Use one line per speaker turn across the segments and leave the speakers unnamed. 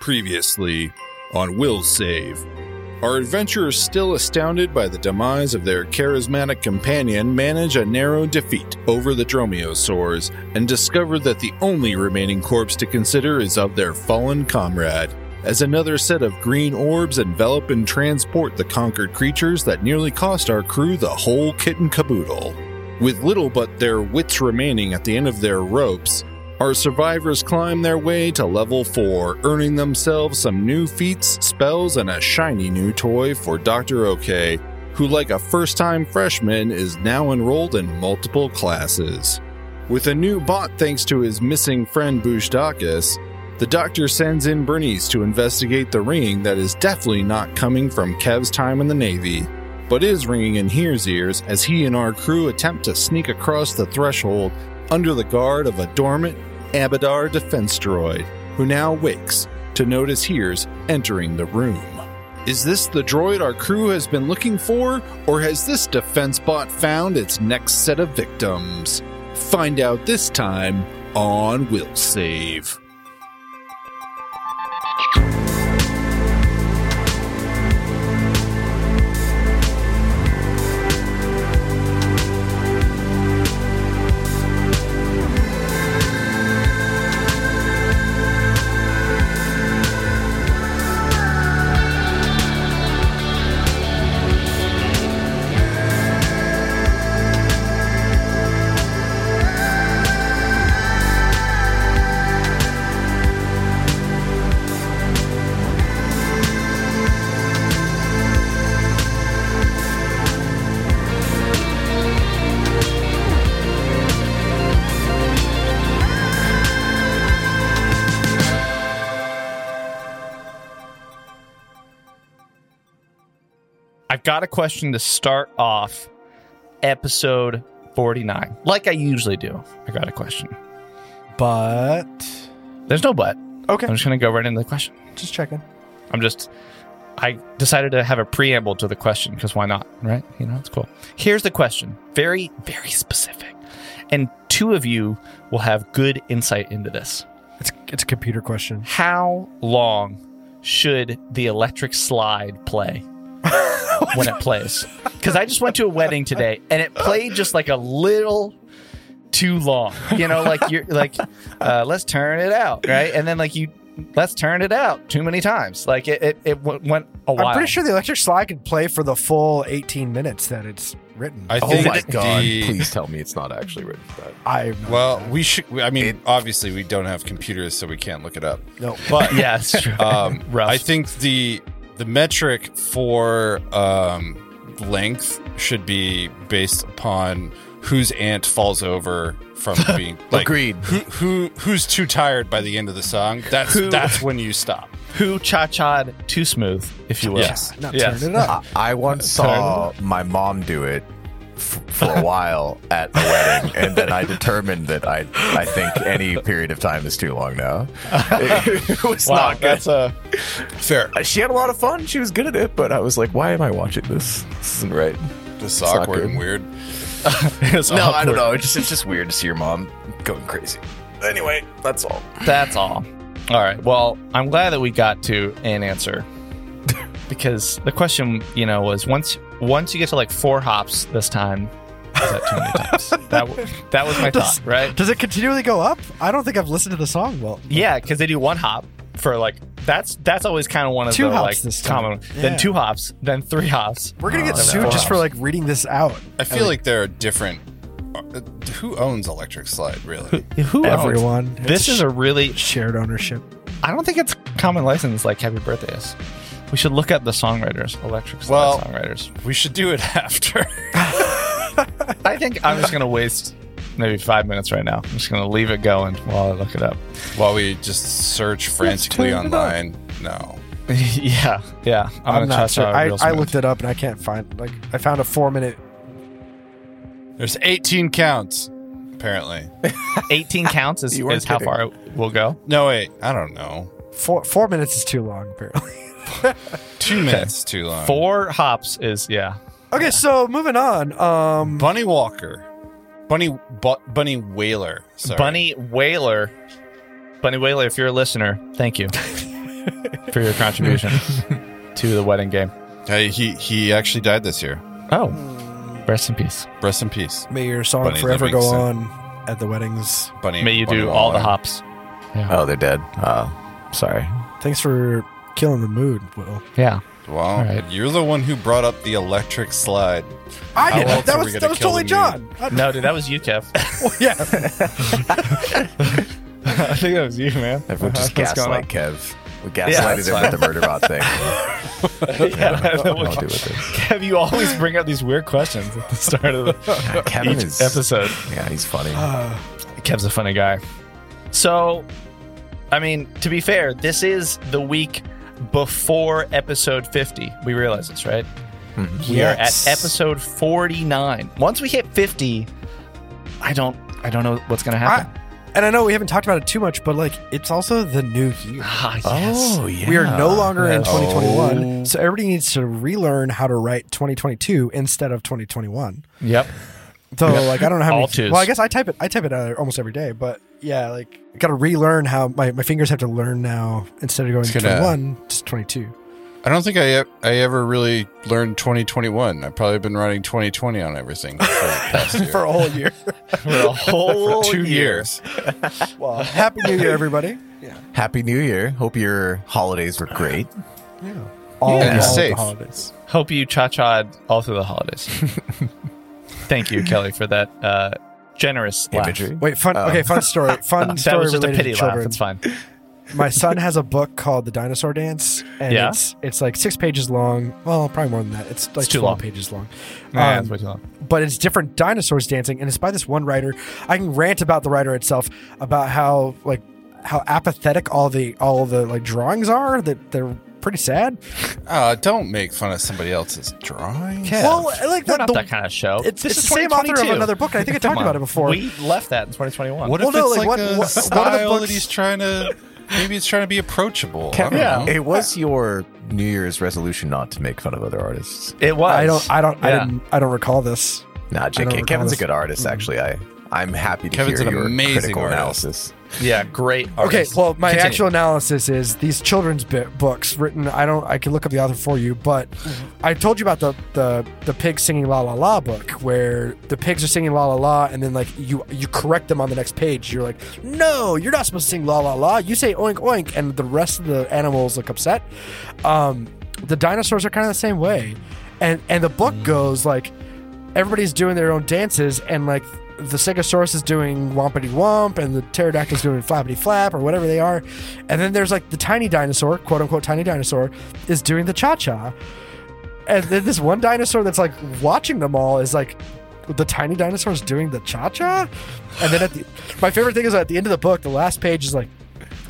previously on Will Save. Our adventurers, still astounded by the demise of their charismatic companion, manage a narrow defeat over the dromaeosaurs and discover that the only remaining corpse to consider is of their fallen comrade. As another set of green orbs envelop and transport the conquered creatures that nearly cost our crew the whole kit and caboodle. With little but their wits remaining at the end of their ropes, our survivors climb their way to level 4, earning themselves some new feats, spells, and a shiny new toy for Dr. OK, who, like a first time freshman, is now enrolled in multiple classes. With a new bot thanks to his missing friend Bushdakus, the doctor sends in Bernice to investigate the ringing that is definitely not coming from Kev's time in the Navy but is ringing in Here's ears as he and our crew attempt to sneak across the threshold under the guard of a dormant Abadar defense droid, who now wakes to notice Here's entering the room. Is this the droid our crew has been looking for, or has this defense bot found its next set of victims? Find out this time on Will Save.
I've got a question to start off episode 49, like I usually do. I got a question.
But
There's no but. I'm
okay,
just going to go right into the question.
just checking.
I'm just, I decided to have a preamble to the question because why not, right? You know, it's cool. Here's the question very, very specific. And two of you will have good insight into this.
It's it's a computer question.
How long should the electric slide play when it plays? Because I just went to a wedding today and it played just like a little too long. You know, like you're like, uh, let's turn it out, right? And then like you, let's turn it out too many times. Like it, it, it w- went a while.
I'm pretty sure the electric slide can play for the full 18 minutes that it's written.
I
Oh
think
my god!
the-
Please tell me it's not actually written for that.
I have no
Well,
idea.
we should. I mean, obviously, we don't have computers, so we can't look it up.
no.
But
Yeah, it's true.
Uh,
um,
Rough.
I think the the metric for um, length should be based upon whose aunt falls over from being like
Agreed.
Who who who's too tired by the end of the song? That's that's when you stop.
Who cha cha'd too smooth, if you will.
Yes.
Not
Yes.
turn it up.
I once saw my mom do it f- for a while at a wedding, and then I determined that I I think any period of time is too long now. It, was
Wow,
not good.
that's a
Fair.
She had a lot of fun. She was good at it, but I was like, why am I watching this? This isn't right.
This is
It's not
awkward
good.
and weird.
it's
No, I
awkward.
don't know. It's just, it's just weird to see your mom going crazy. Anyway, that's all.
That's all. All right. Well, I'm glad that we got to an answer because the question, you know, was once once you get to like four hops this time, is that too many times? That w- that was my thought, right?
Does it continually go up? I don't think I've listened to the song well.
Yeah, because they do one hop for like that's that's always kind of one of
Two
the
hops
like
this time.
common. Then
Yeah.
two hops, then three hops.
We're gonna get
then
sued
four
just for
hops.
like reading this out.
I feel like there are different. uh, Who owns Electric Slide? Really?
who owns-
Everyone,
This
It's
is a really
shared ownership.
I don't think it's common license like Happy Birthday is. We should look up the songwriters, Electric Slide
Well-
songwriters.
we should do it after.
I think I'm just gonna waste maybe five minutes right now. I'm just gonna leave it going while I look it up.
While we just search frantically
turn it up.
online. No.
yeah, yeah. I'm,
I'm,
gonna try
not sure.
to
I, I looked it up and I can't find. Like I found a four minute.
There's 18 counts, apparently.
18 counts is,
You weren't
is how
kidding.
far it will go.
No, wait. I don't know.
Four four minutes is too long apparently.
Two minutes too long.
Four hops is yeah.
Okay, so moving on. Um,
Bunny Walker. Bunny bu- Bunny Whaler. Sorry.
Bunny Whaler, Bunny Whaler. If you're a listener, thank you. for your contribution to the wedding game.
Hey, he he actually died this year.
Oh, rest in peace.
Rest in peace,
May your song
Bunny
forever go
Livingston.
on at the weddings.
Bunny.
May you
Bunny
do all the
Waller.
hops.
Oh, they're dead. Oh, sorry.
Thanks for killing the mood, Will.
Yeah.
Well,
right.
you're the one who brought up the electric slide.
I
How did. else That are we was- gonna that was kill totally the mood?
No, dude, that was you, Kev.
yeah.
I think that was you, man.
Everyone just
What's going
gaslight Kev. We
Yeah,
gaslighted him with the murder bot thing.
on? Yeah, I don't know
I'll
what-
do with it.
Kev, you always bring up these weird questions at the start of the,
Kevin
each
is,
episode.
Yeah, he's funny.
Kev's a funny guy. So, I mean, to be fair, this is the week before episode 50. We realize this, right? We are at episode 49. Once we hit 50, I don't I don't know what's going to happen.
And I know we haven't talked about it too much, but like it's also the new year.
Ah, yes.
oh, yeah.
We are no longer in 2021,
Oh.
so everybody needs to relearn how to write 2022 instead of 2021.
Yep.
So like I don't know how
All
many.
twos.
Well, I guess I type it. I type it uh, almost every day, but yeah, like got to relearn how my, my fingers have to learn now instead of going
It's gonna-
21, just 22.
I don't think I e- I ever really learned 2021. I've probably been running 2020 on everything for the past year.
for a whole year.
For a whole
two
year.
years.
well, happy New Year, everybody. Yeah.
Happy New Year. Hope your holidays were great.
All,
Yeah,
all
safe.
the holidays.
Hope you cha cha'd all through the holidays. Thank you, Kelly, for that uh, generous laugh.
Imagery.
Wait, fun. okay, fun story. Fun
Um, That
story
was just a
related
pity
to
laugh.
children.
It's fine.
My son has a book called The Dinosaur Dance, and
Yeah?
it's it's like six pages long. Well, probably more than that. It's like
too
12
long.
pages long.
Yeah,
Um,
it's way too long.
but it's different dinosaurs dancing, and it's by this one writer. I can rant about the writer itself about how like how apathetic all the all the like drawings are. That they're pretty sad.
Uh, don't make fun of somebody else's drawings.
Well, I like
We're
the-
not
the-
that kind of show.
It's, it's the same author of
2022.
another book. and I think I talked
Come on.
about it before.
We left that in 2021.
What
Well,
if
no,
it's
like,
like,
what-
a
what- what are the
style that
books-
he's trying to? Maybe he's trying to be approachable. I
Kevin,
don't know.
it was your New Year's resolution not to make fun of other artists.
It was.
I don't. I don't. I
Yeah.
didn't. I don't recall this.
Nah,
don't
JK.
recall
Kevin's a
this. Mm-hmm.
good artist, actually. I, I'm happy to
Kevin's
hear
an
your
amazing
critical
artist.
analysis.
Yeah, great.
Okay.
artist.
Well, my
Continue.
actual analysis is these children's bit books written. I don't. I can look up the author for you, but I told you about the the the pig singing la la la book where the pigs are singing la la la, and then like you you correct them on the next page. You're like, no, you're not supposed to sing la la la. You say oink oink, and the rest of the animals look upset. Um, the dinosaurs are kind of the same way, and and the book goes like everybody's doing their own dances and like the Stegosaurus is doing wompity womp and the pterodactyl's doing flappity flap or whatever they are. And then there's like the tiny dinosaur, quote unquote tiny dinosaur, is doing the cha cha. And then this one dinosaur that's like watching them all is like the tiny dinosaur's doing the cha cha. And then at the my favorite thing is at the end of the book, the last page is like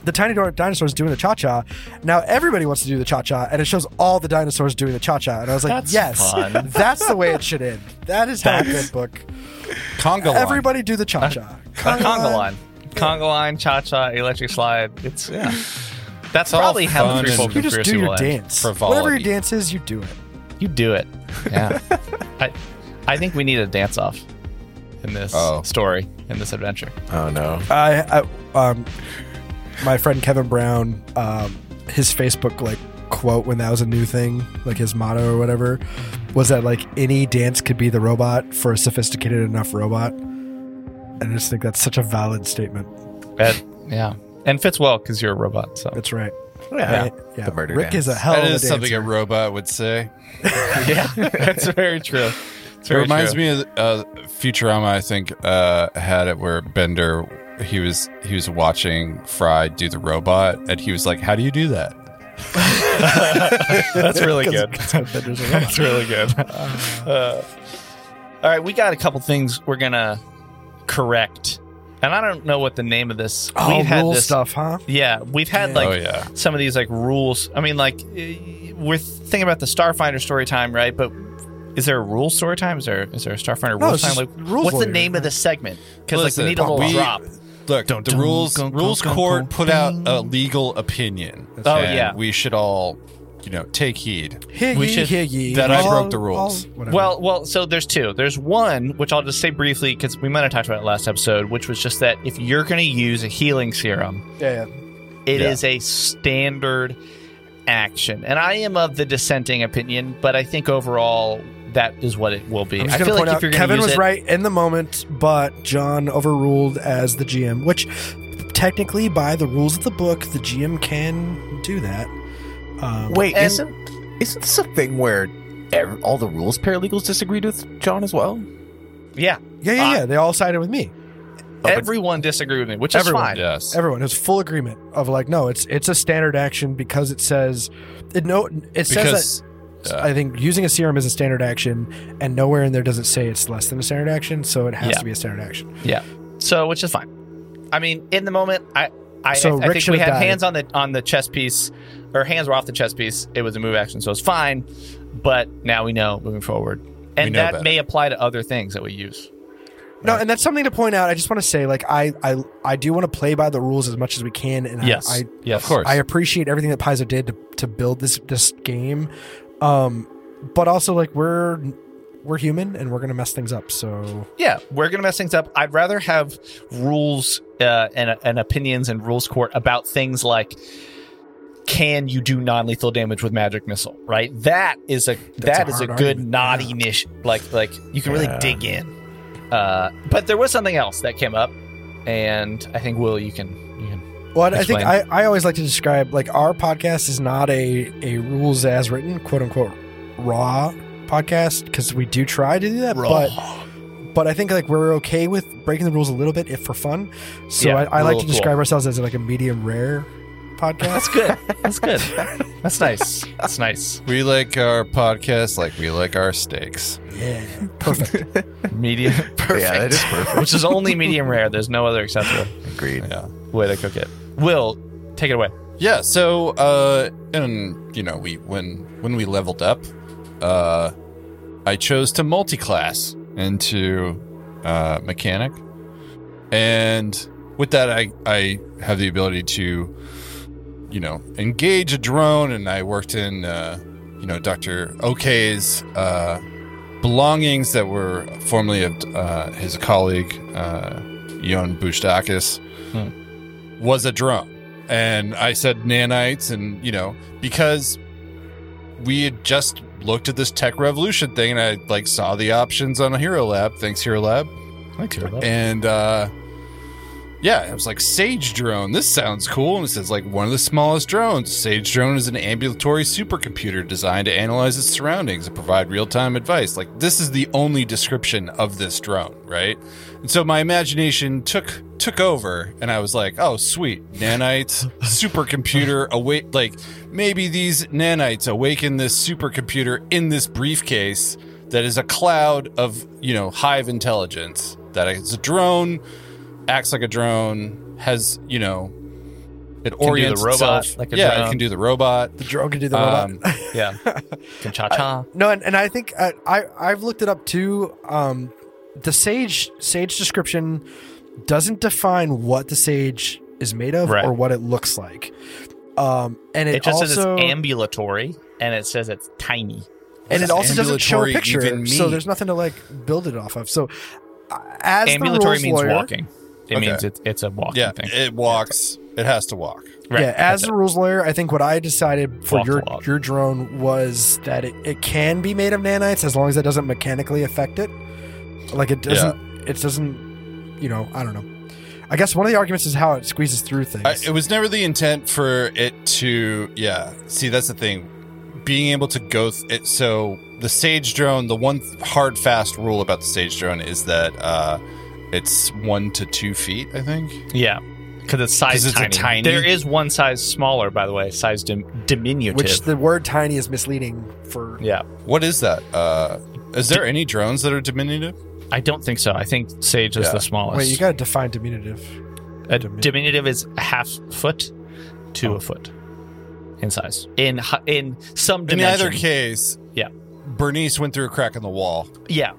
the tiny dor- dinosaur's doing the cha cha. Now everybody wants to do the cha cha, and it shows all the dinosaurs doing the cha cha. And I was like,
That's
yes,
fun.
that's the way it should end. That is how a good book.
Conga line.
Everybody do the cha cha.
a Uh, conga line, conga line, cha cha, electric slide. It's yeah. That's
all
probably how the
fun
three
and-
fold
You just
conspiracy
do your
will end.
dance.
Frivolity.
Whatever your dance is, you do it.
You do it. Yeah. I, I think we need a dance off in this
Oh.
story, in this adventure.
Oh, no.
Uh, I, I um, my friend Kevin Brown, um, his Facebook like quote when that was a new thing, like his motto or whatever, was that like any dance could be the robot for a sophisticated enough robot. And I just think that's such a valid statement.
And, yeah. And fits well because you're a robot. So
That's right.
Yeah.
Right? yeah.
The murder
Rick
dance.
is a hell
That
of a
is something a
dancer.
robot would say.
yeah, that's very true. It's
It
very
reminds
true.
me of uh, Futurama. I think uh, had it where Bender he was he was watching Fry do the robot, and he was like, "How do you do that?"
That's really good. That's really good. Uh, all right, we got a couple things we're gonna correct, and I don't know what the name of this.
Oh,
we've had
rule
this.
stuff, huh?
Yeah, we've had
Yeah.
like
oh yeah,
some of these like rules. I mean, like eh, we're thinking about the Starfinder story time, right? But is there a rule story time? Is there is there a Starfinder
No,
rule
it's
time?
just
Like,
rules
what's the
lawyer,
name of
right?
this segment? Because like we
Listen,
need a little
we-
drop.
Look, the
dun,
rules
gung, gung,
rules
gung,
court
gung,
put out
ding.
a legal opinion.
Oh,
and
yeah.
we should all, you know, take heed.
Hear
We
ye,
should-
hear ye.
that I broke the rules.
whatever.
Well, well, so there's two. There's one which I'll just say briefly because we might have talked about it last episode, which was just that if you're going to use a healing serum,
yeah, yeah.
It
Yeah.
is a standard action. And I am of the dissenting opinion, but I think overall that is what it will be.
I'm
I
just
feel
going
like
to point
if
out
you're going to
Kevin
use
was
it,
right in the moment, but John overruled as the GM, which technically, by the rules of the book, the GM can do that. Uh,
Wait,
And-
isn't isn't this a thing where ev all the rules paralegals disagreed with John as well?
yeah,
yeah, yeah, yeah. They all sided with me.
but-
everyone disagreed with me, which
Everyone.
is fine.
Yes.
Everyone has full agreement of like, no, it's it's a standard action because it says it no it says that
because Yeah.
uh,
I think using a serum is a standard action, and nowhere in there does it say it's less than a standard action, so it has
Yeah.
to be a standard action.
So, which is fine. I mean, in the moment, I I,
So
I, I
Rick
think
should
we
have
had
died.
hands on the on the chess piece, or hands were off the chess piece. It was a move action, so it's fine. But now we know moving forward, and
know
that
better.
may apply to other things that we use.
No, and that's something to point out. I just want to say, like, I I, I do want to play by the rules as much as we can, and I-
Yes,
I,
yes,
of course.
I appreciate everything that Paizo did to, to build this this game, um, but also like we're we're human and we're gonna mess things up. So
Yeah, we're gonna mess things up. I'd rather have rules uh, and and opinions and rules court about things like can you do non-lethal damage with magic missile? Right, that is a
That's
that
a
is a
hard
good
argument.
naughty niche. Like like you can
Yeah.
really dig in. Uh, but there was something else that came up, and I think Will, you can you can
Well, I think I,
Explain.
I always like to describe like our podcast is not a a rules as written quote unquote raw podcast because we do try to do that, but but I think like we're okay with breaking the rules a little bit if for fun. So
Yeah,
I, I like
rule
to
of
describe ourselves as like a medium rare podcast.
That's good. That's good. That's nice. That's nice.
we like our podcast like we like our steaks.
yeah, perfect.
Medium perfect.
Yeah, that is perfect.
Which is only medium rare. There's no other acceptable
Agreed.
Yeah.
way to cook it. Will, take it away.
Yeah, so uh and you know, we when when we leveled up, uh I chose to multi-class into uh mechanic. And with that I I have the ability to you know, engage a drone and I worked in uh you know, Dr. Ok's uh belongings that were formerly of uh his colleague uh Yon Bouchtakis was a drone and I said nanites, and you know, because we had just looked at this tech revolution thing, and I like saw the options on a Hero Lab. Thanks, Hero Lab,
Thanks,
and uh, yeah, I was like Sage drone. This sounds cool, and it says like one of the smallest drones. Sage drone is an ambulatory supercomputer designed to analyze its surroundings and provide real time advice. Like this is the only description of this drone, right? And so my imagination took took over and I was like, oh sweet, nanites, supercomputer awake like maybe these nanites awaken this supercomputer in this briefcase that is a cloud of, you know, hive intelligence that is a drone, acts like a drone, has, you know, it orients
robot
itself.
like a
yeah, it
drone.
can do the robot.
the drone can do the robot.
Um,
Yeah. Can cha cha.
No, and, and I think uh, I, I I've looked it up too. Um, the sage sage description doesn't define what the sage is made of
Right.
or what it looks like. Um, and it,
It, just says
also
it's ambulatory and it says it's tiny.
and it also doesn't show a
Ambulatory
picture,
even
so
mean?
there's nothing to like build it off of. So uh, as
ambulatory
the rules
means
lawyer,
walking. It
Okay.
means it's it's a walking
Yeah,
thing.
it walks. It has to walk.
Right.
Yeah, as
That's
the rules lawyer, I think what I decided for
Walk
your
a lot.
your drone was that it, it can be made of nanites as long as that doesn't mechanically affect it. Like it doesn't it doesn't you know, I don't know. I guess one of the arguments is how it squeezes through things.
I, it was never the intent for it to. Yeah. See, that's the thing. Being able to go. Th- it, so the sage drone. The one th- hard fast rule about the sage drone is that uh, it's one to two feet. I think.
it. yeah. Because it's size
'Cause it's a
tiny.
tiny-
There is one size smaller, by the way, size dim- diminutive.
which the word tiny is misleading for
yeah,
What is that? Uh, is there any drones that are diminutive?
I don't think so. I think Sage is
Yeah.
the smallest.
Wait, you gotta define diminutive.
a
dimin-
diminutive is a half foot
Oh.
to a foot in size. In hu- in some
In
dimension.
either case.
Yeah.
Bernice went through a crack in the wall.
yeah.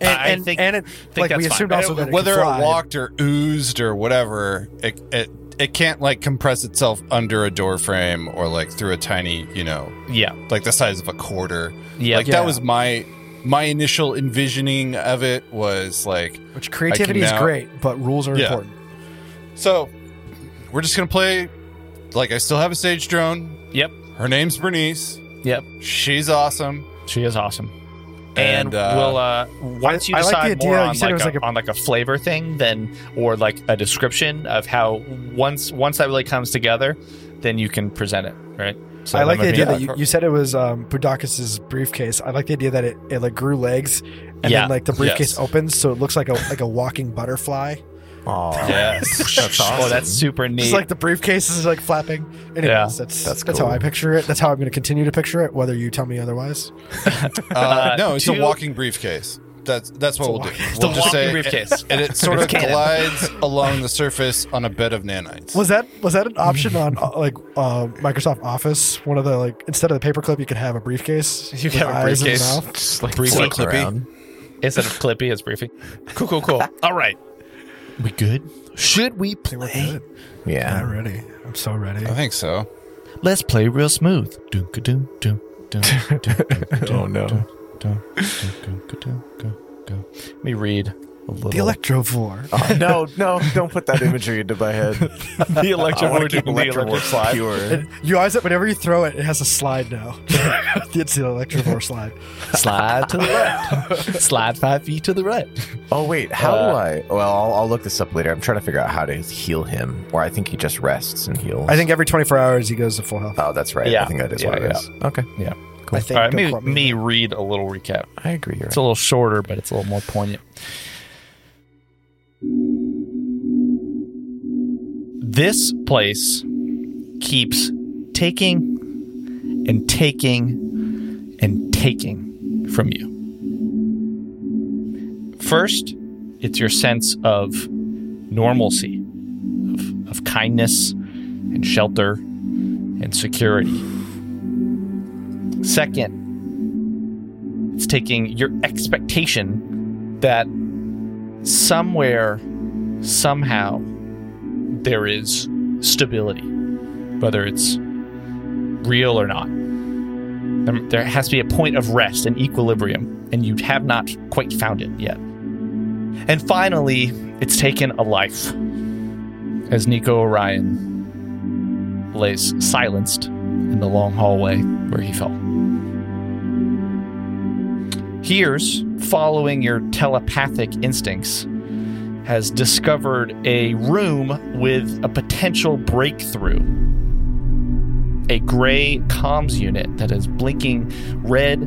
And,
I
and,
think-
and it, like
that's
we
fine.
assumed
I
also
It-
that it
whether
could
it
fly.
walked or oozed or whatever, it, it it can't like compress itself under a door frame or like through a tiny, you know,
Yeah.
like the size of a quarter.
Yeah.
like
Yeah.
that was my my initial envisioning of it was like
which creativity is
now-
great, but rules are
Yeah.
important.
so we're just gonna play like I still have a stage drone.
Yep.
Her name's Bernice.
Yep.
She's awesome.
She is awesome. And,
And, uh,
we'll uh, once you
I like
decide
the idea-
more
you
on
said it
like,
was
a,
like a-
on like a flavor thing, then or like a description of how once once that really comes together, then you can present it. Right. So
I like the
that
idea
would
that
be-
you, you said it was um, Budakis's briefcase. I like the idea that it, it like grew legs, and
Yeah.
then like the briefcase
Yes.
opens, so it looks like a like a walking butterfly.
Aw.
Yes.
That's awesome.
Oh, that's super neat.
Just like the briefcase is like flapping. Anyways,
Yeah.
that's
That's
that's, how
cool.
I picture it. That's how I'm going to continue to picture it, whether you tell me otherwise.
Uh, no, it's
two-
a walking briefcase. That's that's what we'll do.
walking-
We'll
a
just
walking
say,
briefcase.
and it sort
It's
of
canon.
glides along the surface on a bed of nanites.
Was that was that an option on uh, like uh, Microsoft Office? One of the like instead of the paperclip, you could have a briefcase.
You
with
have a
eyes and
briefcase.
mouth.
Just like
Briefly
float
clippy.
around.
Instead of Clippy, it's Briefy. Cool, cool, cool. All right. We good? Should we play?
Yeah.
I'm ready. I'm so ready.
I think so.
Let's play real smooth. Doom, doom, doom, doom, doom,
Oh no.
Let me read a little.
The Electrovore.
Oh, no, no, don't put that imagery into my head.
the
I
electric
want to keep electric slide. pure.
You always whenever you throw it, it has a slide now. it's the Electrovore slide.
Slide to the left. Slide five feet to the right.
Oh wait, how
Uh,
do I? Well, I'll, I'll look this up later. I'm trying to figure out how to heal him, or I think he just rests and heals.
I think every 24 hours he goes to full health.
Oh, that's right.
Yeah.
I think that is
Yeah,
what it
yeah.
is. Okay.
Yeah.
Cool.
I think.
All right,
Don't
me,
quote
me read a little recap.
I agree. You're
It's
right.
a little shorter, but it's a little more poignant. This place keeps taking and taking and taking from you. First, it's your sense of normalcy, of, of kindness and shelter and security. Second, it's taking your expectation that somewhere, somehow, there is stability, whether it's real or not. There- There has to be a point of rest and equilibrium, and you have not quite found it yet. And finally, it's taken a life. As Nico Orion lays silenced in the long hallway where he fell hears, following your telepathic instincts, has discovered a room with a potential breakthrough. A gray comms unit that is blinking red,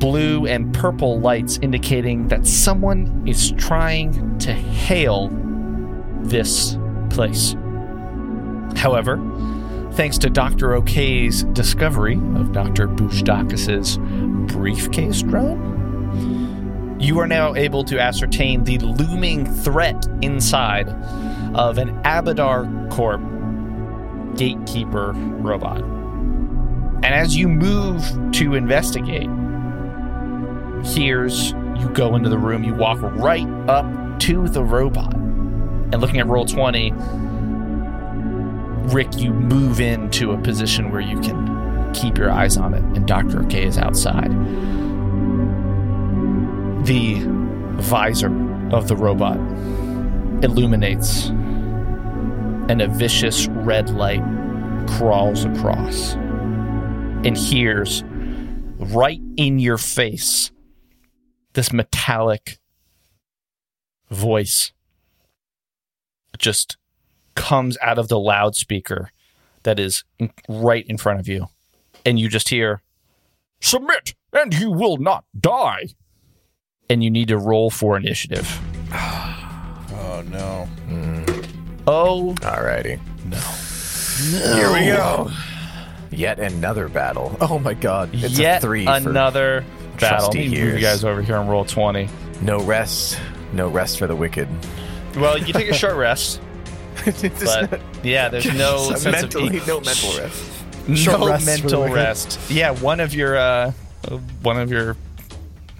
blue, and purple lights, indicating that someone is trying to hail this place. However, thanks to Dr. O'Kay's discovery of Dr. Bouchdakis's briefcase drone, you are now able to ascertain the looming threat inside of an Abadar Corp gatekeeper robot. And as you move to investigate, here's you go into the room, you walk right up to the robot. And looking at roll 20, Rick, you move into a position where you can keep your eyes on it, and Dr. K is outside the visor of the robot illuminates and a vicious red light crawls across and hears right in your face this metallic voice just comes out of the loudspeaker that is in- right in front of you and you just hear submit and you will not die and you need to roll for initiative.
Oh no.
Oh,
Alrighty. No. Here we go. Yet another battle. Oh my god. It's
yet
a three. for
another battle.
trusty
Let me move you
ears.
guys over here and roll 20.
no rest. No rest for the wicked.
Well, you take a short rest, but yeah, there's no
It's a
sense of
mentally, no mental rest.
Short
no
rests
mental
really.
rest. Yeah, one of your uh, one of your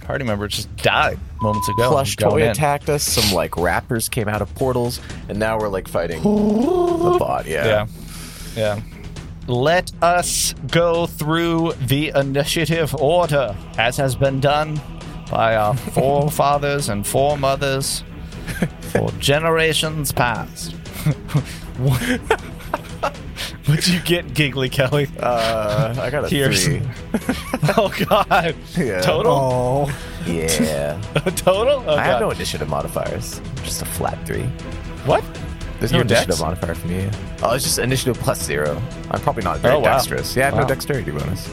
party members just died moments ago.
Plush
Going
toy
in.
attacked us. Some like rappers came out of portals, and now we're like fighting the bot. Yeah.
Yeah. Yeah. Let us go through the initiative order, as has been done by our forefathers and foremothers for generations past. What'd you get, Giggly Kelly?
Uh, I got a
Tears.
three.
Oh God!
Yeah.
Total,
Oh,
Yeah.
total. Oh,
I
God.
have no addition of modifiers. Just a flat three.
what?
There's no
Your
initiative
dex?
modifier for me. Oh, it's just initiative plus zero. I'm probably not very
Oh, wow.
dexterous. Yeah, I have
Wow.
no dexterity bonus.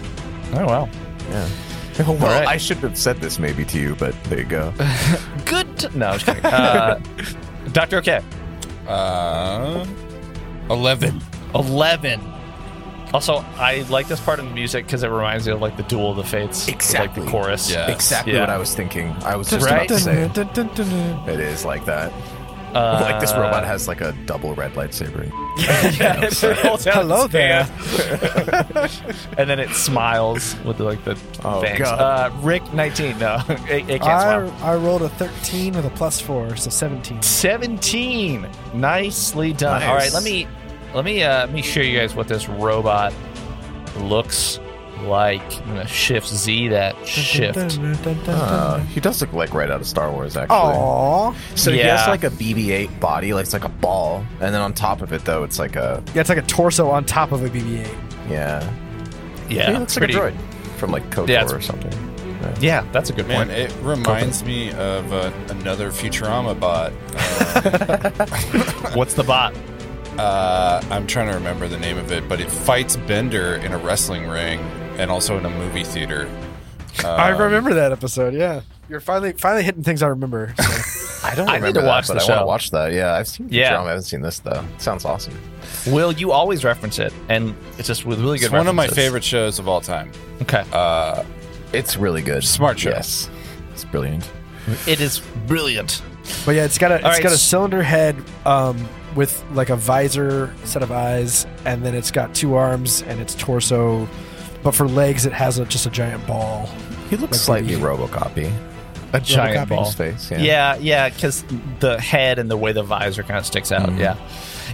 Oh wow!
Yeah. Well,
right.
I should have said this maybe to you, but there you go.
Good. To- no, I'm just kidding. Uh, Doctor OK,
Uh, 11.
eleven. Also, I like this part of the music because it reminds me of like the Duel of the Fates, with,
Exactly.
like the chorus.
Yeah.
Exactly
Yeah.
what I was thinking. I was just
Right?
about to say
Dun, dun, dun, dun, dun.
it is like that.
Uh,
like this robot has like a double red lightsaber.
Yeah, Uh, it holds out
Hello
its
there.
hand. and then it smiles with like the
Oh,
fangs.
God.
Uh, Rick, nineteen. No, it, it can't
I,
smile.
I rolled a 13 with a plus four, so 17.
17 nicely done
Nice.
all right let me let me uh let me show you guys what this robot looks like i'm gonna shift z that shift
Uh, he does look like right out of Star Wars,
Uh,
actually.
Aww.
So he has
Yeah.
like a BB-8 body, like it's like a ball, and then on top of it though, it's like a
Yeah, it's like a torso on top of a BB 8.
yeah.
yeah
he looks
pretty
like a droid from like KOTOR
Yeah, it's-
or something. Yeah.
yeah that's a good
Man,
point
it reminds me of uh, another Futurama bot.
what's the bot
Uh, I'm trying to remember the name of it, but it fights Bender in a wrestling ring and also in a movie theater.
I remember that episode, yeah. You're finally finally hitting things I remember.
I don't
I need
remember
to
that,
watch
but
the
I want
show.
to watch that. Yeah, I've seen
Yeah.
Futurama. I haven't seen this though. Sounds awesome.
will you always reference it and it's just with really good
It's one of my
references.
favorite shows of all time.
okay
It's really good.
Smart show.
Yes, it's brilliant.
it is brilliant
But yeah, it's got a it's
right,
got a
s-
cylinder head um, with like a visor set of eyes, and then it's got two arms and its torso. But for legs, it has a, just a giant ball.
He looks
Like
slightly RoboCopy.
a giant
Robocop in
ball
space, yeah.
yeah yeah because the head and the way the visor kind of sticks out yeah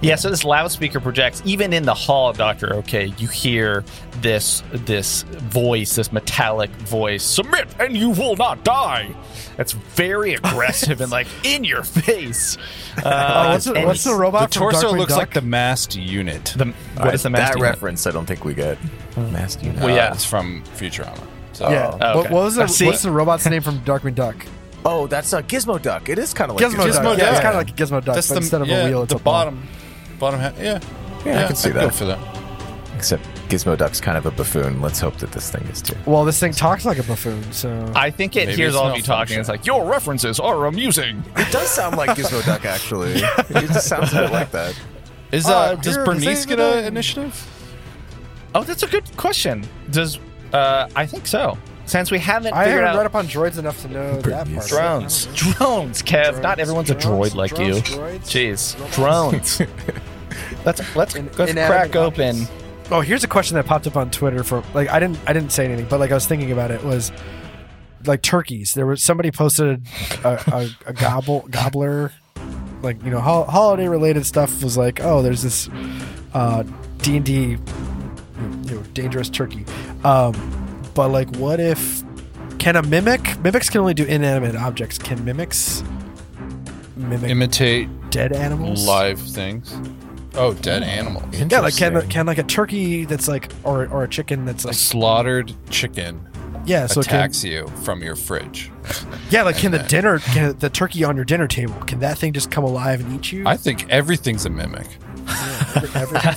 yeah so this loudspeaker projects even in the hall dr okay you hear this this voice this metallic voice submit and you will not die that's very aggressive and like in your face uh,
Oh, what's, the,
and
what's the robot?
the
from
torso
Darkwing
looks
Duck?
like the masked unit.
the,
All
what
right,
is the master
that
unit?
reference? I don't think we get. Master unit.
Well,
Uh,
yeah.
it's from Futurama. So
Yeah.
Oh,
What,
okay.
what was
Uh,
the,
see-
what's the robot's name from Darkwing Duck?
Oh, that's a Gizmo Duck. It is kind of like
Gizmo, Duck.
Duck.
Yeah, it's
Yeah.
kind of like a Gizmo Duck,
That's
but
the
instead of
yeah,
a wheel, it's
the
a ball.
bottom, bottom half. Yeah,
Yeah, I can see
I'd go
that.
for that.
Except Gizmo Duck's kind of a buffoon. Let's hope that this thing is too.
Well, this thing talks like a buffoon, so
I think it
Maybe
hears
it's
all of you talking.
malfunction.
It's like your references are amusing.
It does sound like Gizmo Duck, actually. It just sounds a bit like that.
Is uh,
Uh,
does
here, the
Bernice
same
get an
thing.
initiative?
Oh, that's a good question. Does uh, I think so? Since we haven't
I
figured
haven't
out
read up on droids enough to know that part.
Drones. Drones, Kev. Not
Drones,
everyone's a
drones,
droid like
drones,
you.
droids,
Jeez. Drones. let's let's, let's
inanimate
crack open.
objects. Oh, here's a question that popped up on Twitter from like I didn't I didn't say anything, but like I was thinking about it was like turkeys. There was somebody posted a, a, a gobble gobbler, like you know holiday related stuff was like oh there's this uh, D and D dangerous turkey, um, but like what if can a mimic mimics can only do inanimate objects? Can mimics mimic
Imitate
dead animals?
live things. Oh, dead animals.
Yeah, like can
Interesting.
can like a turkey that's like or or a chicken that's
A
like
slaughtered chicken
yeah so can,
attacks you from your fridge.
yeah like can the dinner can the turkey on your dinner table can that thing just come alive and eat you?
I think everything's a mimic.
Every time?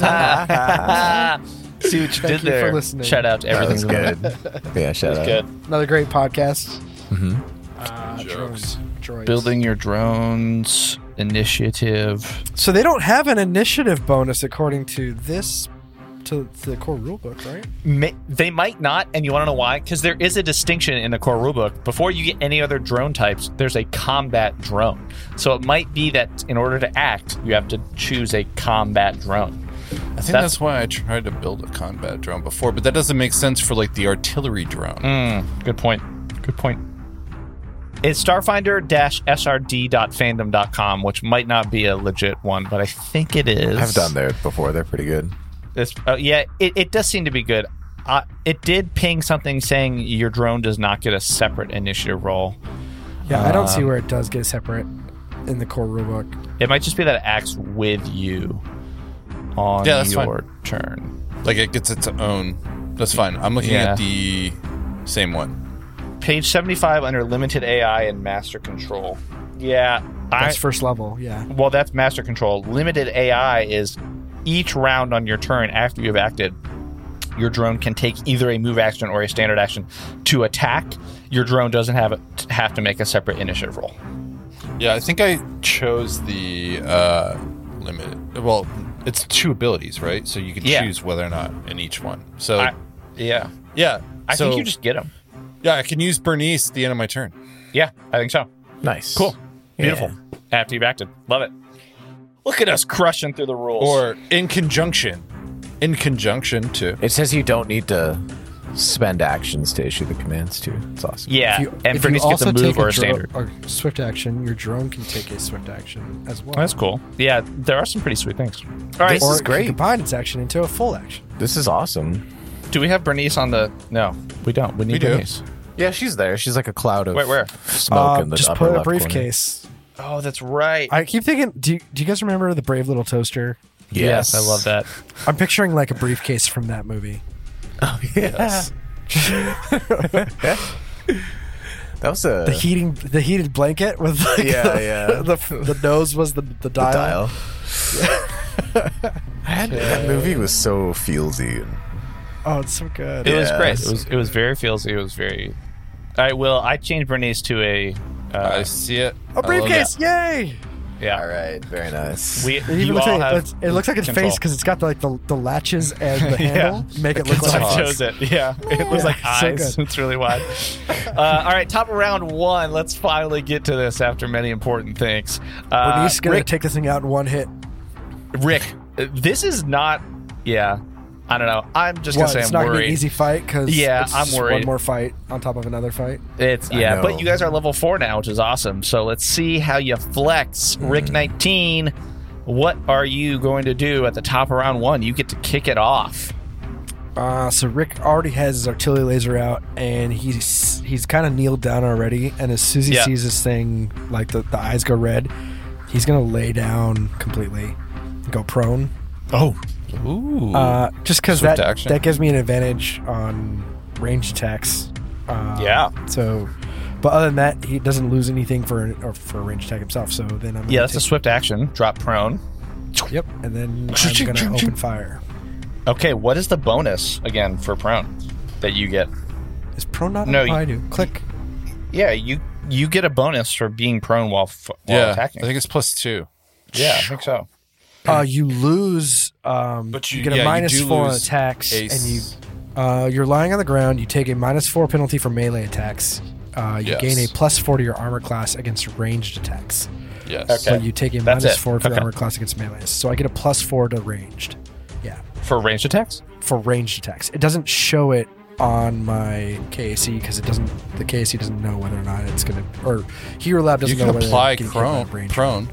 Ah, see what you
Thank
did
you for
there.
listening.
Shout out to
That was
everything's
good. Yeah, shout out.
good.
Another great podcast. Uh,
Jokes.
Droids.
Mm-hmm. Building your drones initiative.
So they don't have an initiative bonus according to this to, to the core rulebook, right?
May, they might not, and you want to know why? Because there is a distinction in the core rulebook. Before you get any other drone types, there's a combat drone. So it might be that in order to act, you have to choose a combat drone.
I think
That's-
that's, why I tried to build a combat drone before, but that doesn't make sense for like the artillery drone.
Mm. hmm, Good point. Good point. It's starfinder-srd.fandom.com, which might not be a legit one, but I think it is.
I've done there before. They're pretty good.
It's, oh, yeah, it, it does seem to be good. Uh, it did ping something saying your drone does not get a separate initiative roll.
Yeah, I
Um,
don't see where it does get separate in the core rulebook.
It might just be that it acts with you. on
Yeah, that's fine.
your turn.
Like it gets its own. That's fine. I'm looking
Yeah.
at the same one.
Page 75 under limited AI and master control. Yeah. I,
That's first level. Yeah.
well, that's master control. Limited AI is each round on your turn after you've acted, your drone can take either a move action or a standard action to attack. Your drone doesn't have have to make a separate initiative roll.
Yeah, I think I chose the uh, limited. Well, it's two abilities, right? So you can
Yeah.
choose whether or not in each one. So
I, yeah,
yeah,
I
so-
think you just get them.
yeah. I can use Bernice at the end of my turn.
Yeah, I think so.
Nice.
Cool.
Yeah.
Beautiful. After you've acted. Love it. Look at us crushing through the rules.
or in conjunction in conjunction to
It says you don't need to spend actions to issue the commands too. It's awesome.
yeah, and Bernice gets a move or a standard.
Or swift action, your drone can take a swift action as well.
Oh, That's cool. Yeah, there are some pretty sweet things. All right,
This
or
is
it can
great.
combine its action into a full action.
This is awesome.
do we have Bernice on the? No, we don't. We need
We do.
Bernice.
Yeah, she's there. She's like a cloud of
Wait, where?
smoke
Uh,
in the
just
upper
put a
left corner.
briefcase.
Oh, that's right.
I keep thinking. Do you, do you guys remember the Brave Little Toaster?
yes. I love that.
I'm picturing like a briefcase from that movie.
Yes. that was a
The heating, the heated blanket with like
Yeah,
the,
yeah.
The, the nose was the the dial.
dial. I had- that movie was so feelsy.
Oh, it's so good.
It was
Yeah,
great. It
that's
was it was very feelsy. It was very. I will. I changed Bernice to a.
i
Uh,
see it
a briefcase! Yay!
yeah.
All right, very nice.
We,
It, even
you
looks
all
like,
have
it's- it looks like its
control.
face because it's got like the, the latches and the handle make it look
That's
like
why I
eyes.
chose it. Yeah, it looks
Yeah,
like
so
eyes.
good.
it's really wide. Uh, all right, top of round one. Let's finally get to this after many important things. Uh,
Bernice gonna
Rick,
take this thing out in one hit.
Rick, uh, this is not. Yeah, I don't know. I'm just
What,
gonna say
it's
I'm
not gonna be
worried.
an easy fight because
Yeah,
it's
I'm
just
worried.
One more fight on top of another fight.
It's
I
yeah,
know.
but you guys are level four now, which is awesome. So let's see how you flex, Rick.
Hmm.
Nineteen. What are you going to do at the top of round one? You get to kick it off.
Uh, so Rick already has his artillery laser out, and he's he's kind of kneeled down already. And as soon as he
Yeah.
sees this thing, like the, the eyes go red, he's gonna lay down completely, go prone.
ooh
Uh, just because
Swift
that
action.
that gives me an advantage on range attacks. Uh,
Yeah.
So, but other than that, he doesn't lose anything for or for a range attack himself. So then I'm gonna
Yeah, that's a
take-
swift action. Drop prone.
yep. And then I'm gonna open fire.
Okay, what is the bonus again for prone that you get?
Is prone not
No,
no, I
you-
do click.
Yeah, you you get a bonus for being prone while f- while
yeah
attacking.
i think it's plus two
yeah, I think so.
Uh, you lose. Um,
But
but
you-
you, get a
yeah, you
minus
do
four on
lose
attacks,
ace.
and you uh, you're lying on the ground. You take a minus four penalty for melee attacks. Uh, you
Yes.
gain a plus four to your armor class against ranged attacks.
yes
Okay.
So you take a
That's
minus
it.
four for your
Okay.
armor class against melee. So I get a plus four to ranged. Yeah,
For ranged attacks?
for ranged attacks. It doesn't show it on my KAC because it doesn't. The KAC doesn't know whether or not it's gonna or Hero Lab
you
doesn't
can
know whether
apply
it can hit
prone
that range.
prone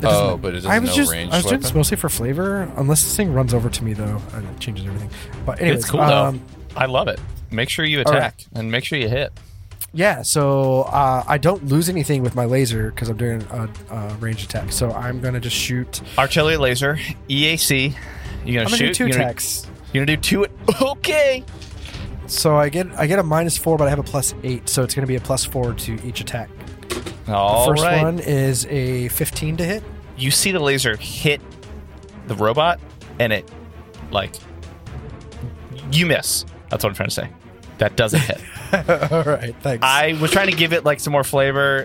It doesn't-
oh but it doesn't
I was
know
just
range
I was doing this
weapon.
mostly for flavor. Unless this thing runs over to me though, and it changes everything. But anyways,
it's cool
um,
though. I love it. Make sure you
right.
attack and make sure you hit.
yeah. So uh, I don't lose anything with my laser because I'm doing a, a range attack. So I'm gonna just shoot.
Artillery laser, E EAC. You're gonna
I'm gonna do
shoot.
2
you're, gonna,
attacks.
you're gonna do two. Okay.
So I get I get a minus four, but I have a plus eight, so it's gonna be a plus four to each attack. The
All right.
first one is a 15 to hit.
You see the laser hit the robot, and it like you miss. That's what I'm trying to say. That doesn't hit.
All right, thanks.
I was trying to give it like some more flavor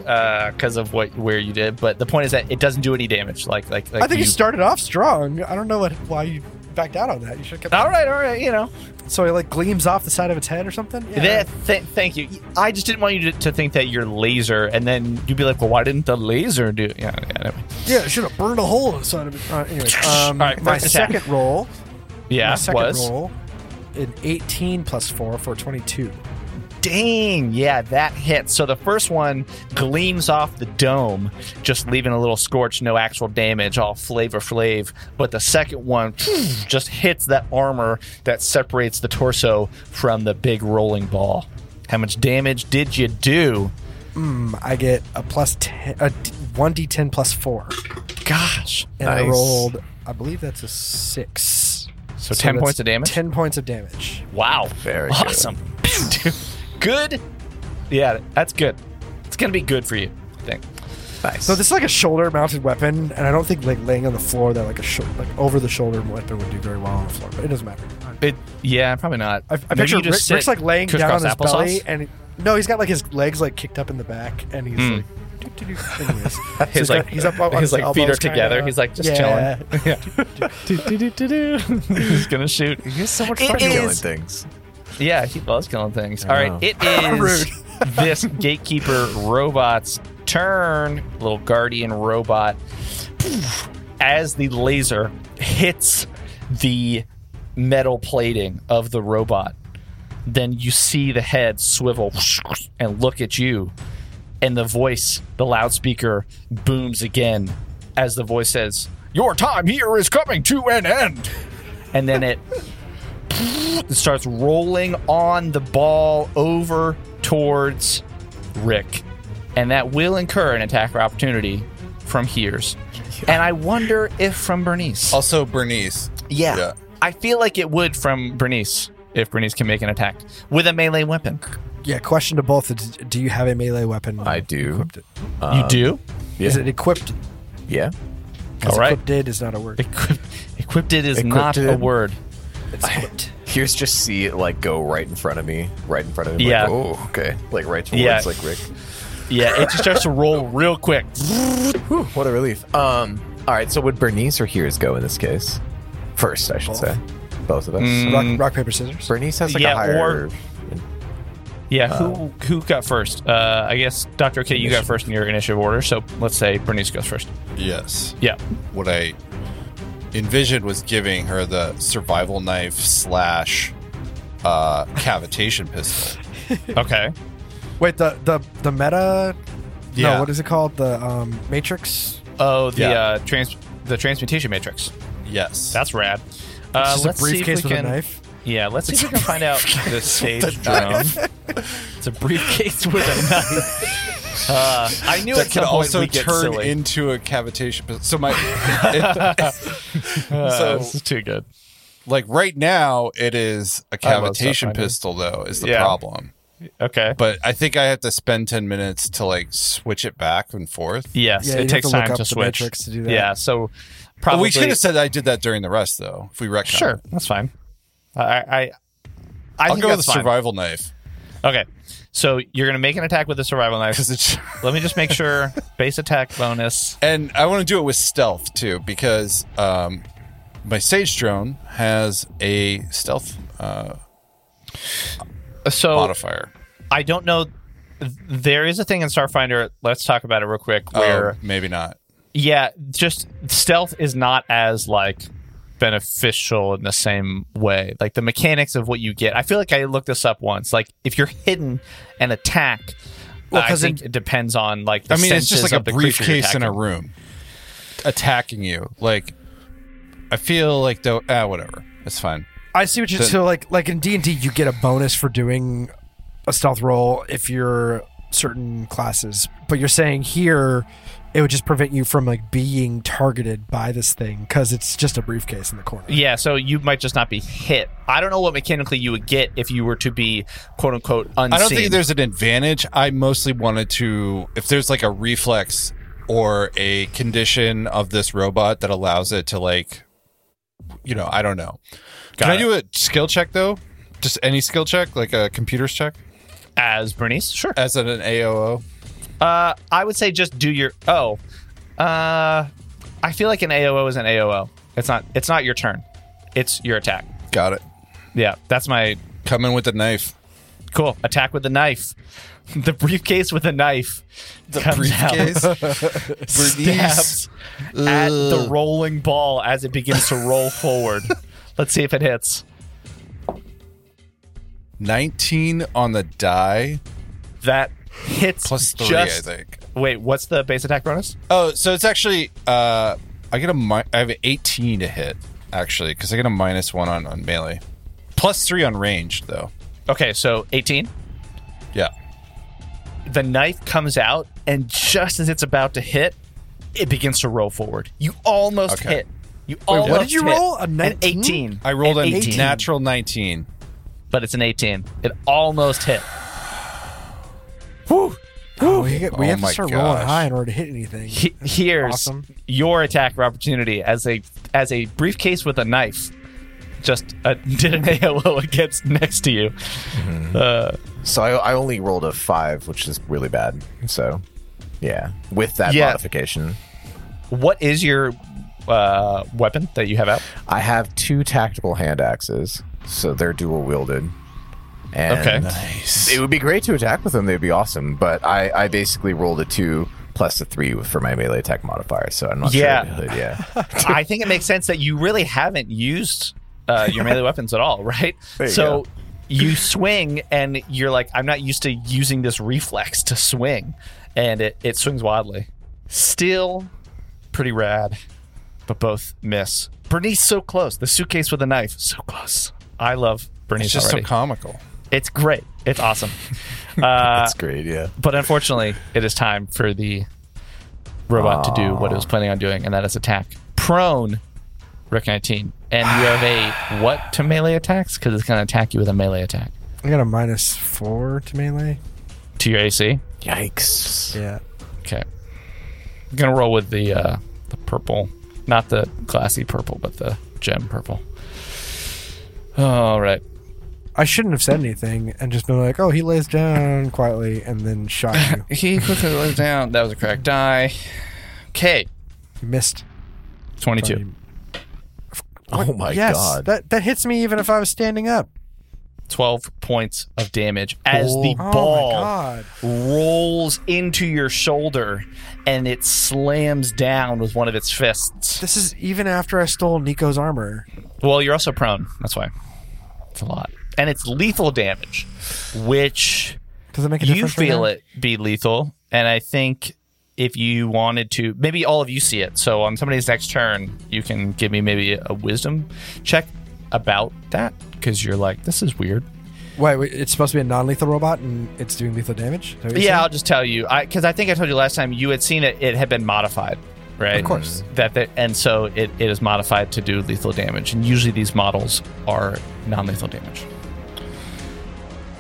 because of what where you did, but the point is that it doesn't do any damage. Like like, like
I think
you,
you started off strong. I don't know what why you backed out on that. You should have kept.
All right, all right, you know.
So it like gleams off the side of its head or something. Yeah.
That, th- thank you. I just didn't want you to, to think that your laser, and then you'd be like, well, why didn't the laser do? Yeah, yeah, anyway.
Yeah, it should have burned a hole in the side of it. Uh, anyways, um,
All right,
my
first attack.
second roll.
yeah.
my second
was
roll. An 18 plus 4 for 22.
dang, yeah, that hits. So the first one gleams off the dome, just leaving a little scorch, no actual damage, all flavor flave. But the second one just hits that armor that separates the torso from the big rolling ball. How much damage did you do?
I get a plus 10, a d- 1d10 plus 4.
Gosh.
And I
Nice.
rolled I believe that's a six.
So 10
that's
points of damage?
Ten points of damage.
Wow.
Very good.
awesome. Dude, good. Yeah, that's good. It's going to be good for you, I think.
Nice.
So this is like a shoulder-mounted weapon, and I don't think like laying on the floor that like a sho- like over-the-shoulder weapon would do very well on the floor. But it doesn't matter.
It, yeah, probably not.
I, I picture Rick, Rick's like laying down on his
applesauce.
belly, and no, he's got like his legs like kicked up in the back, and he's
Mm.
like. doo, doo, doo. Anyways, So
His,
got-
like- his, like, feet
elbows
are together.
kinda-
He's, like, just
yeah.
He's going to shoot.
He's so much
It
fun.
killing
is-
things.
Yeah, he loves killing things. All right, it is this gatekeeper robot's turn. Little guardian robot. As the laser hits the metal plating of the robot, then you see the head swivel and look at you. And the voice, the loudspeaker, booms again as the voice says,
Your time here is coming to an end.
and then it it starts rolling on the ball over towards Rick. And that will incur an attacker opportunity from Hears. And I wonder if from Bernice.
Also, Bernice. yeah.
I feel like it would from Bernice if Bernice can make an attack with a melee weapon.
Yeah, question to both: is, Do you have a melee weapon?
I do.
Equipped?
you do?
Yeah.
Is it equipped?
yeah.
'Cause
All right.
Equipped did is not a word.
Equip- equipped it is not a
Equipped it.
word.
It's equipped.
Here's just see it like go right in front of me, right in front of me.
Yeah.
Like, oh, okay. Like right towards
Yeah.
like Rick.
Yeah, it just starts to roll real quick.
Whew, what a relief. Um. All right. So would Bernice or Hears go in this case? First, I should
Both.
say. Both of us.
Rock, rock paper scissors.
Bernice has like
Mm. Yeah,
a higher.
or- Yeah,
Um,
who who got first? Uh, I guess Dr. K, you got first in your initiative order, so let's say Bernice goes first.
Yes.
Yeah.
What I envisioned was giving her the survival knife slash uh, cavitation pistol.
Okay.
Wait, the the the meta. No,
Yeah.
what is it called? The um, Matrix.
Oh, the
Yeah.
uh, trans the transmutation matrix.
Yes.
That's rad. Uh,
It's just
let's
a
see if
briefcase
we
with
can-
a knife.
Yeah, let's see if we can find out the stage drone. It's a briefcase with a knife. Uh, I knew
that
at some
can
point
also
we'd get
turn
silly.
into a cavitation pistol. So my, it-
Uh,
so-
this is too good.
like right now, it is a
I love
cavitation
Starfinder.
pistol though is the
Yeah.
problem.
Okay.
But I think I have to spend ten minutes to like switch it back and forth.
yes,
Yeah, you
it
have
takes
to look
time
up
to
the
switch.
matrix to do that.
Yeah, so
But
probably
we should have said I did that during the rest though. If we retcon,
Sure, that's fine. I I I- I
I'll
think
go with the
that's fine.
survival knife
Okay. So you're gonna make an attack with the survival knife.
because it's.
Let me just make sure base attack bonus.
and I want to do it with stealth too because um, my sage drone has a stealth uh,
So
modifier.
I don't know. There is a thing in Starfinder. Let's talk about it real quick. Where
Oh, maybe not.
yeah, just stealth is not as like beneficial in the same way. Like the mechanics of what you get. I feel like I looked this up once. Like if you're hidden and attack.
Well,
I
'cause in-
think it depends on like. The
I mean, it's
senses
just like
of
a
the creature you're
briefcase in a
attacking.
room attacking you. Like, I feel like though, ah, whatever. It's fine.
I see what you're
Then-
so like like in D and D you get a bonus for doing a stealth roll if you're certain classes, but you're saying here it would just prevent you from like being targeted by this thing because it's just a briefcase in the corner.
Yeah, so you might just not be hit. I don't know what mechanically you would get if you were to be quote unquote unseen.
I don't think there's an advantage. I mostly wanted to, if there's like a reflex or a condition of this robot that allows it to like, you know, I don't know. Can
Got
I
it.
do a skill check though? Just any skill check, like a computer's check,
as Bernice. Sure.
as an AOO.
Uh, I would say just do your oh. Uh, I feel like an AOO is an AOO. It's not. It's not your turn. It's your attack.
Got it.
Yeah, that's my
Coming with a knife.
cool attack with the knife. The briefcase with a knife the comes out, stabs at the rolling ball as it begins to roll forward. Let's see if it hits.
19 on the die
That hits
plus three,
just
I think.
Wait, what's the base attack bonus?
Oh, so it's actually uh I get a mi- I have an 18 to hit actually cuz I get a minus 1 on on melee. Plus 3 on range though.
Okay, so 18.
Yeah.
The knife comes out, and just as it's about to hit, it begins to roll forward. You almost
Okay.
hit, You all
what
up
did you
to hit.
roll? A
An
19?
18.
I rolled
An
a
18,
natural 19.
but it's an 18. It almost hit.
Whew. Oh, we get- we
Oh
have to
my
start
gosh.
rolling high in order to hit anything.
He- here's
Awesome.
your attack of opportunity as a as a briefcase with a knife just uh, did an AOO against next to you.
So I, I only rolled a five, which is really bad. So, yeah, with that
Yeah.
modification,
What is your uh, weapon that you have out?
I have two tactical hand axes, so they're dual wielded. And
Okay.
It would be great to attack with them; they'd be awesome. But I, I basically rolled a two plus a three for my melee attack modifier, so I'm not
Yeah. Uh,
sure. if it- Yeah,
I think it makes sense that you really haven't used uh, your melee weapons at all, right?
There you
so
go.
you swing and you're like, I'm not used to using this reflex to swing, and it, it swings wildly. Still pretty rad, but both miss. Bernice so close. The suitcase with a knife so close. I love Bernice
It's just
already.
so comical.
it's great. It's awesome. Uh,
that's great. Yeah.
but unfortunately, it is time for the robot to do what it was
Ah.
planning on doing, and that is attack prone Rick 19. And you have a what to melee attacks? Because it's going to attack you with a melee attack
I got a minus four to melee.
to your AC.
Yikes!
Yeah.
Okay. I'm going to roll with the, uh, the purple, not the classy purple, but the gem purple. All right.
I shouldn't have said anything and just been like, oh, he lays down quietly and then shot you.
He quickly lays down. That was a correct die. Okay.
You missed.
22.
Oh my
yes,
god!
That, that hits me even if I was standing up.
12 points of damage as the
Oh
ball
my god.
rolls into your shoulder and it slams down with one of its fists.
This is even after I stole Nico's armor.
Well, you're also prone. That's why. It's a lot. And it's lethal damage, which
Does it make a
you
difference? right
feel
now?
it be lethal. And I think if you wanted to, maybe all of you see it. So on somebody's next turn, you can give me maybe a wisdom check about that because you're like, this is weird.
Wait, wait, it's supposed to be a non-lethal robot and it's doing lethal damage. Is that what you're
Yeah, I'll
saying?
just tell you. I because I think I told you last time you had seen it. It had been modified, right?
Of course.
That, that and so it, it is modified to do lethal damage, and usually these models are non-lethal damage.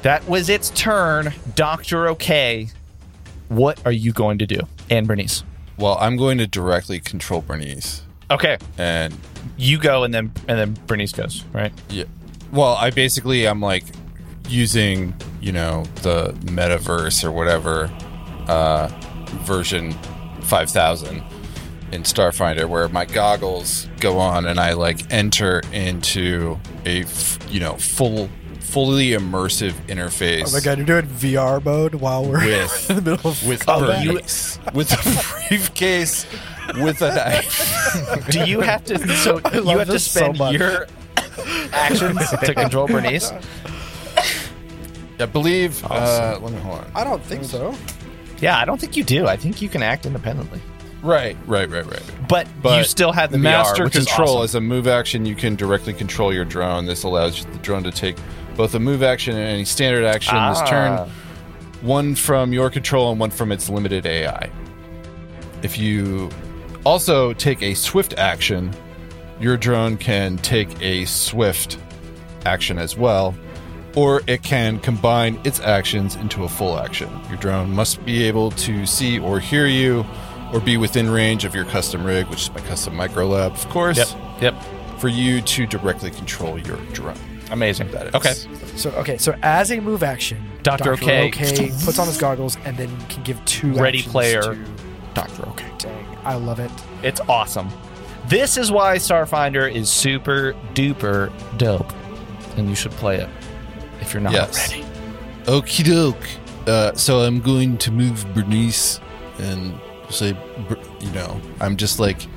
That was its turn, Doctor OK. What are you going to do, Anne Bernice?
Well, I'm going to directly control Bernice.
Okay,
And,
you go, and then and then Bernice goes. Right?
yeah, well, I basically, I'm like using, you know, the metaverse or whatever uh, version 5000 in Starfinder where my goggles go on and I like enter into a, f- you know, full, fully immersive interface.
Oh my god, you're doing VR mode while we're
With-
in the middle of
With
Oh,
Bernice.
you-
with a briefcase with a knife.
Do you have to? So you
love
have to
this so
spend
much.
your actions to control Bernice.
I believe. Uh, let me hold on.
I don't think so.
Yeah, I don't think you do. I think you can act independently.
Right, right, right, right.
but,
But
you still have the
master
VR, which
control
Is
is a move action. You can directly control your drone. This allows the drone to take both a move action and any standard action this
Ah.
turn. One from your control and one from its limited AI. If you also take a swift action, your drone can take a swift action as well, or it can combine its actions into a full action. Your drone must be able to see or hear you, or be within range of your custom rig, which is my custom micro lab, of course,
Yep. Yep.
for you to directly control your drone.
Amazing.
That is.
Okay.
So okay, so as a move action,
Dr.
Okay
Okay.
puts on his goggles and then can give two
Ready
actions
player.
to-
Doctor. Okay.
Dang, I love it.
It's awesome. This is why Starfinder is super duper dope, and you should play it if you're not
Yes.
ready.
Okie doke. Uh, so I'm going to move Bernice and say, Ber- you know, I'm just like,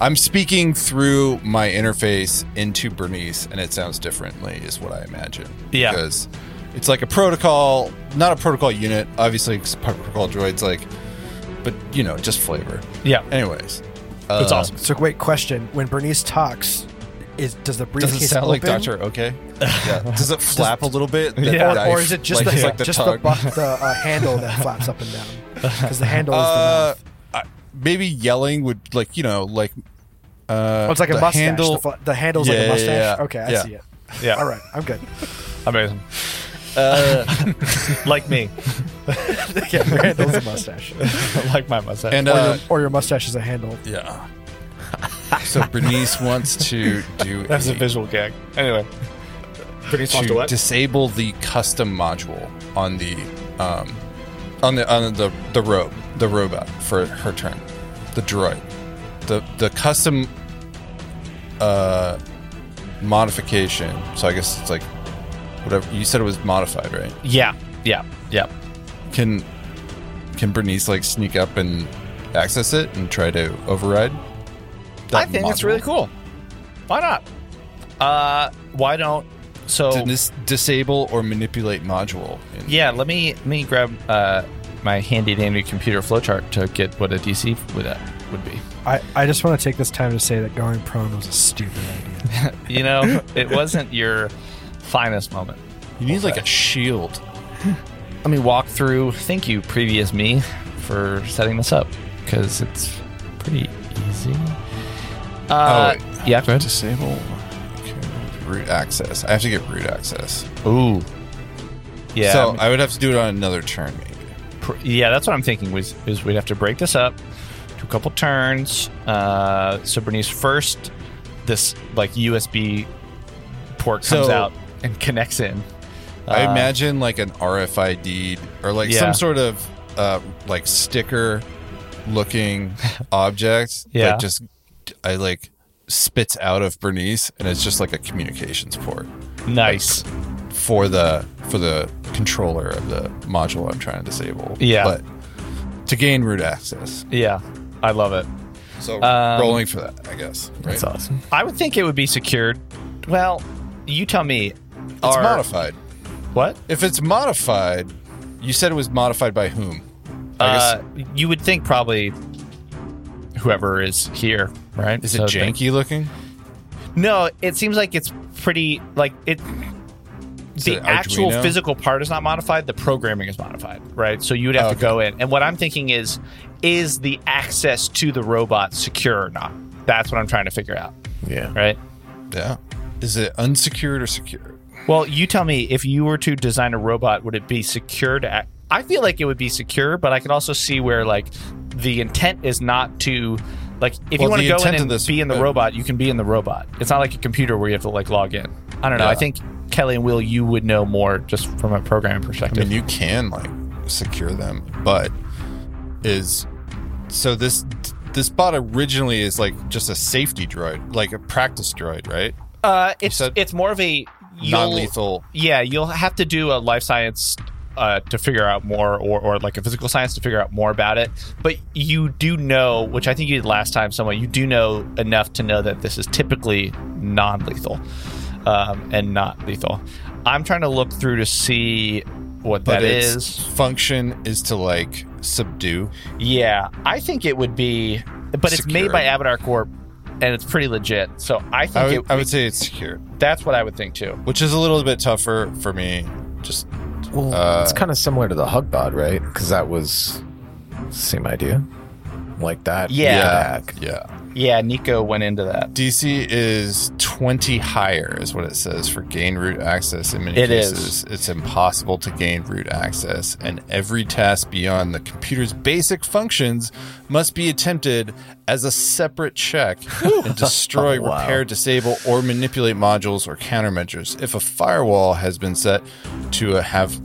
I'm speaking through my interface into Bernice, and it sounds differently, is what I imagine.
Yeah.
Because it's like a protocol, not a protocol unit, obviously, 'cause protocol droids, like, but, you know, just flavor.
Yeah,
Anyways.
it's
uh,
awesome.
So wait, question: When Bernice talks, is does the briefcase
Does it sound like
open?
Doctor Okay? Yeah. Does it flap a little bit?
Yeah.
Or, or is it just
like,
the,
it's like the
just the,
tongue?
bu- the uh, handle that flaps up and down? Because the handle is the
Uh,
mouth.
I- maybe yelling would like you know like Uh,
Oh, it's like a
the
mustache.
handle-
the, fl- the handle's
Yeah,
like a
yeah,
mustache.
yeah.
Okay, I
Yeah.
see it.
Yeah.
All right, I'm good.
Amazing. Uh, like me.
Yeah, your handle's a mustache,
like my mustache.
and
or,
uh,
your, or your mustache is a handle.
yeah. so Bernice wants to do
That's a visual gag. Anyway.
Pretty close to
to
what?
disable the custom module on the um, on the on the the robe the robot for her turn, the droid, the the custom uh, modification. So I guess it's like whatever you said it was modified, right?
Yeah. Yeah. Yeah.
Can can Bernice like sneak up and access it and try to override?
I
that
think it's
module?
really cool. Why not? Uh, why don't? So
Dis- disable or manipulate module. in-
yeah, let me let me grab uh, my handy dandy computer flowchart to get what a DC would that would be.
I, I just want to take this time to say that going prone was a stupid idea.
You know, it wasn't your finest moment.
You need like a shield.
Let me walk through. Thank you, previous me, for setting this up because it's pretty easy. Uh,
Oh,
yeah, go ahead.
Disable okay, root access. I have to get root access.
Ooh, yeah.
so I would have to do it on another turn, maybe.
pr- yeah, that's what I'm thinking. Was is we'd have to break this up, do a couple turns. Uh, so Bernice first, this like USB port comes
So-
out and connects in.
I
Uh,
imagine like an RFID or like
Yeah.
some sort of uh, like sticker looking object
Yeah.
that just I like spits out of Bernice, and it's just like a communications port
Nice.
for the for the controller of the module I'm trying to disable.
Yeah.
but to gain root access.
Yeah, I love it.
So
Um,
rolling for that, I guess. Right? It's
awesome.
I would think it would be secured. Well, you tell me. It's
modified.
What?
If it's modified, you said it was modified by whom? I guess
Uh, you would think probably whoever is here, right?
is
So
it
it's been-
janky looking?
No, it seems like it's pretty like it. the
it
actual
Arduino?
physical part is not modified. The programming is modified, right? So you would have
Oh, Okay.
to go in. And what I'm thinking is, is the access to the robot secure or not? That's what I'm trying to figure out,
Yeah.
right?
Yeah. Is it unsecured or secured?
Well, you tell me if you were to design a robot, would it be secure to act? I feel like it would be secure, but I could also see where like the intent is not to like if
Well,
you want
the
to go in
intent
and
of this-
be in the
uh,
robot, you can be in the robot. It's not like a computer where you have to like log in. I don't know. I
Yeah.
think Kelly and Will, you would know more just from a programming
I
perspective.
mean, you can like secure them, but is so this this bot originally is like just a safety droid, like a practice droid, right?
uh, it's
said
it's more of a you'll-
Non-lethal.
Yeah, you'll have to do a life science uh, to figure out more, or, or like a physical science to figure out more about it. But you do know, which I think you did last time somewhat, you do know enough to know that this is typically non lethal um, and not lethal. I'm trying to look through to see what
But
that
its
is.
function is to like subdue.
Yeah, I think it would be, but it's made
Secure.
by Avatar Corp. And it's pretty legit, so I think
I would,
it,
I would say it's secured,
that's what I would think too.
which is a little bit tougher for me. Just
Well,
Uh,
it's kind of similar to the Hugbot, right? Because that was same idea, like that.
Yeah.
back.
yeah.
Yeah, Nico went into that.
DC is 20 higher, is what it says for gain root access. In many
It is.
cases, it's impossible to gain root access, and every task beyond the computer's basic functions must be attempted as a separate check and destroy,
Wow.
repair, disable, or manipulate modules or countermeasures. If a firewall has been set to a have,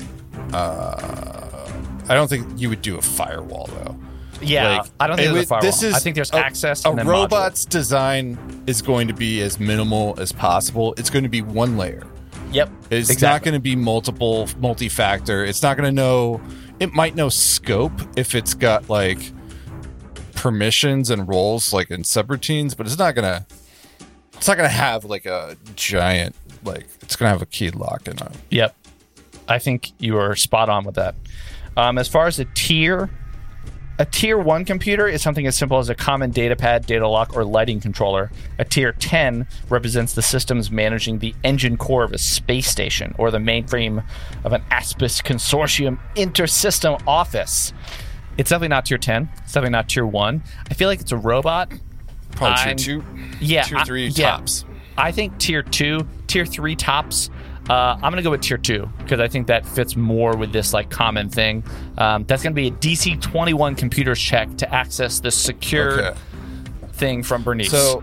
uh, I don't think you would do a firewall though.
Yeah,
Like,
I don't think there's a
it would-
firewall.
This is
I think there's
a-
access.
A
and then
robot's design is going to be as minimal as possible. It's going to be one layer.
module. Yep.
It's not
Exactly.
going to be multiple, multi-factor. It's not going to know. It might know scope if it's got like permissions and roles like in subroutines, but it's not going to. It's not going to have like a giant like. It's going to have a key lock and a
Yep. I think you are spot on with that. Um, as far as a tier, a tier one computer is something as simple as a common data pad, data lock, or lighting controller. A tier 10 represents the systems managing the engine core of a space station or the mainframe of an ASPIS consortium intersystem office. It's definitely not tier 10. It's definitely not tier one. I feel like it's a robot.
Probably tier
I'm-
two,
Yeah,
tier
I-
three
yeah.
tops.
I think tier two, tier three tops. Uh, I'm gonna go with tier two because I think that fits more with this like common thing. Um, that's gonna be a DC 21 computers check to access this secure
Okay.
thing from Bernice.
So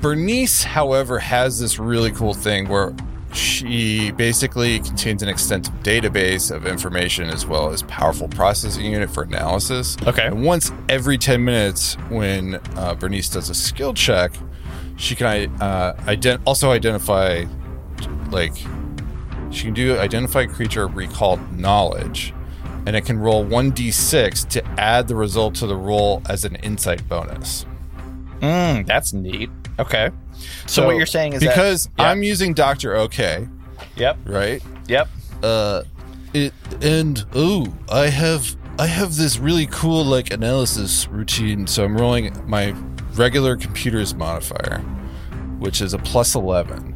Bernice, however, has this really cool thing where she basically contains an extensive database of information as well as powerful processing unit for analysis.
Okay.
And once every 10 minutes, when uh, Bernice does a skill check, she can uh, ident- also identify, like, she can do identify creature recall knowledge, and it can roll 1d6 to add the result to the roll as an insight bonus.
Mm, that's neat. Okay. So, what you're saying is that-
because
Yeah.
I'm using Doctor OK,
yep,
right?
yep.
Uh, it, and oh, I have I have this really cool like analysis routine. So I'm rolling my regular computer's modifier, which is a plus eleven.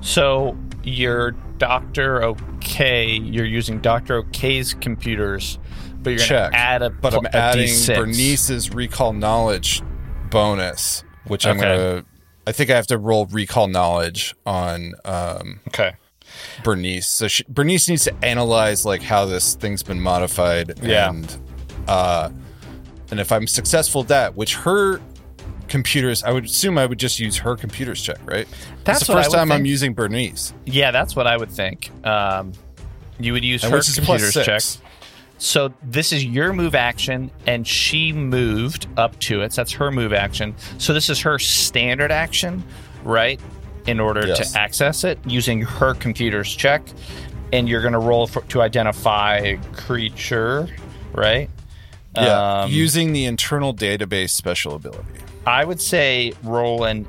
So your Doctor OK, you're using Doctor OK's computers, but you're
Check,
gonna add a
but
pl-
I'm
a
adding
D6.
Bernice's recall knowledge bonus, which I'm
Okay.
gonna. I think I have to roll recall knowledge on um,
Okay.
Bernice. So she, Bernice needs to analyze like how this thing's been modified.
Yeah.
And, uh, and if I'm successful at that, which her computers, I would assume I would just use her computers check, right?
That's
it's the
what I
first
would
time I'm
think.
using Bernice,
Yeah, that's what I would think. Um, you would use
and
her
which is plus
computer's
six.
check. So this is your move action, and she moved up to it. So that's her move action. So this is her standard action, right? In order
Yes.
to access it using her computer's check, and you're going to roll for, to identify a creature, right?
Yeah,
Um,
using the internal database special ability.
I would say roll and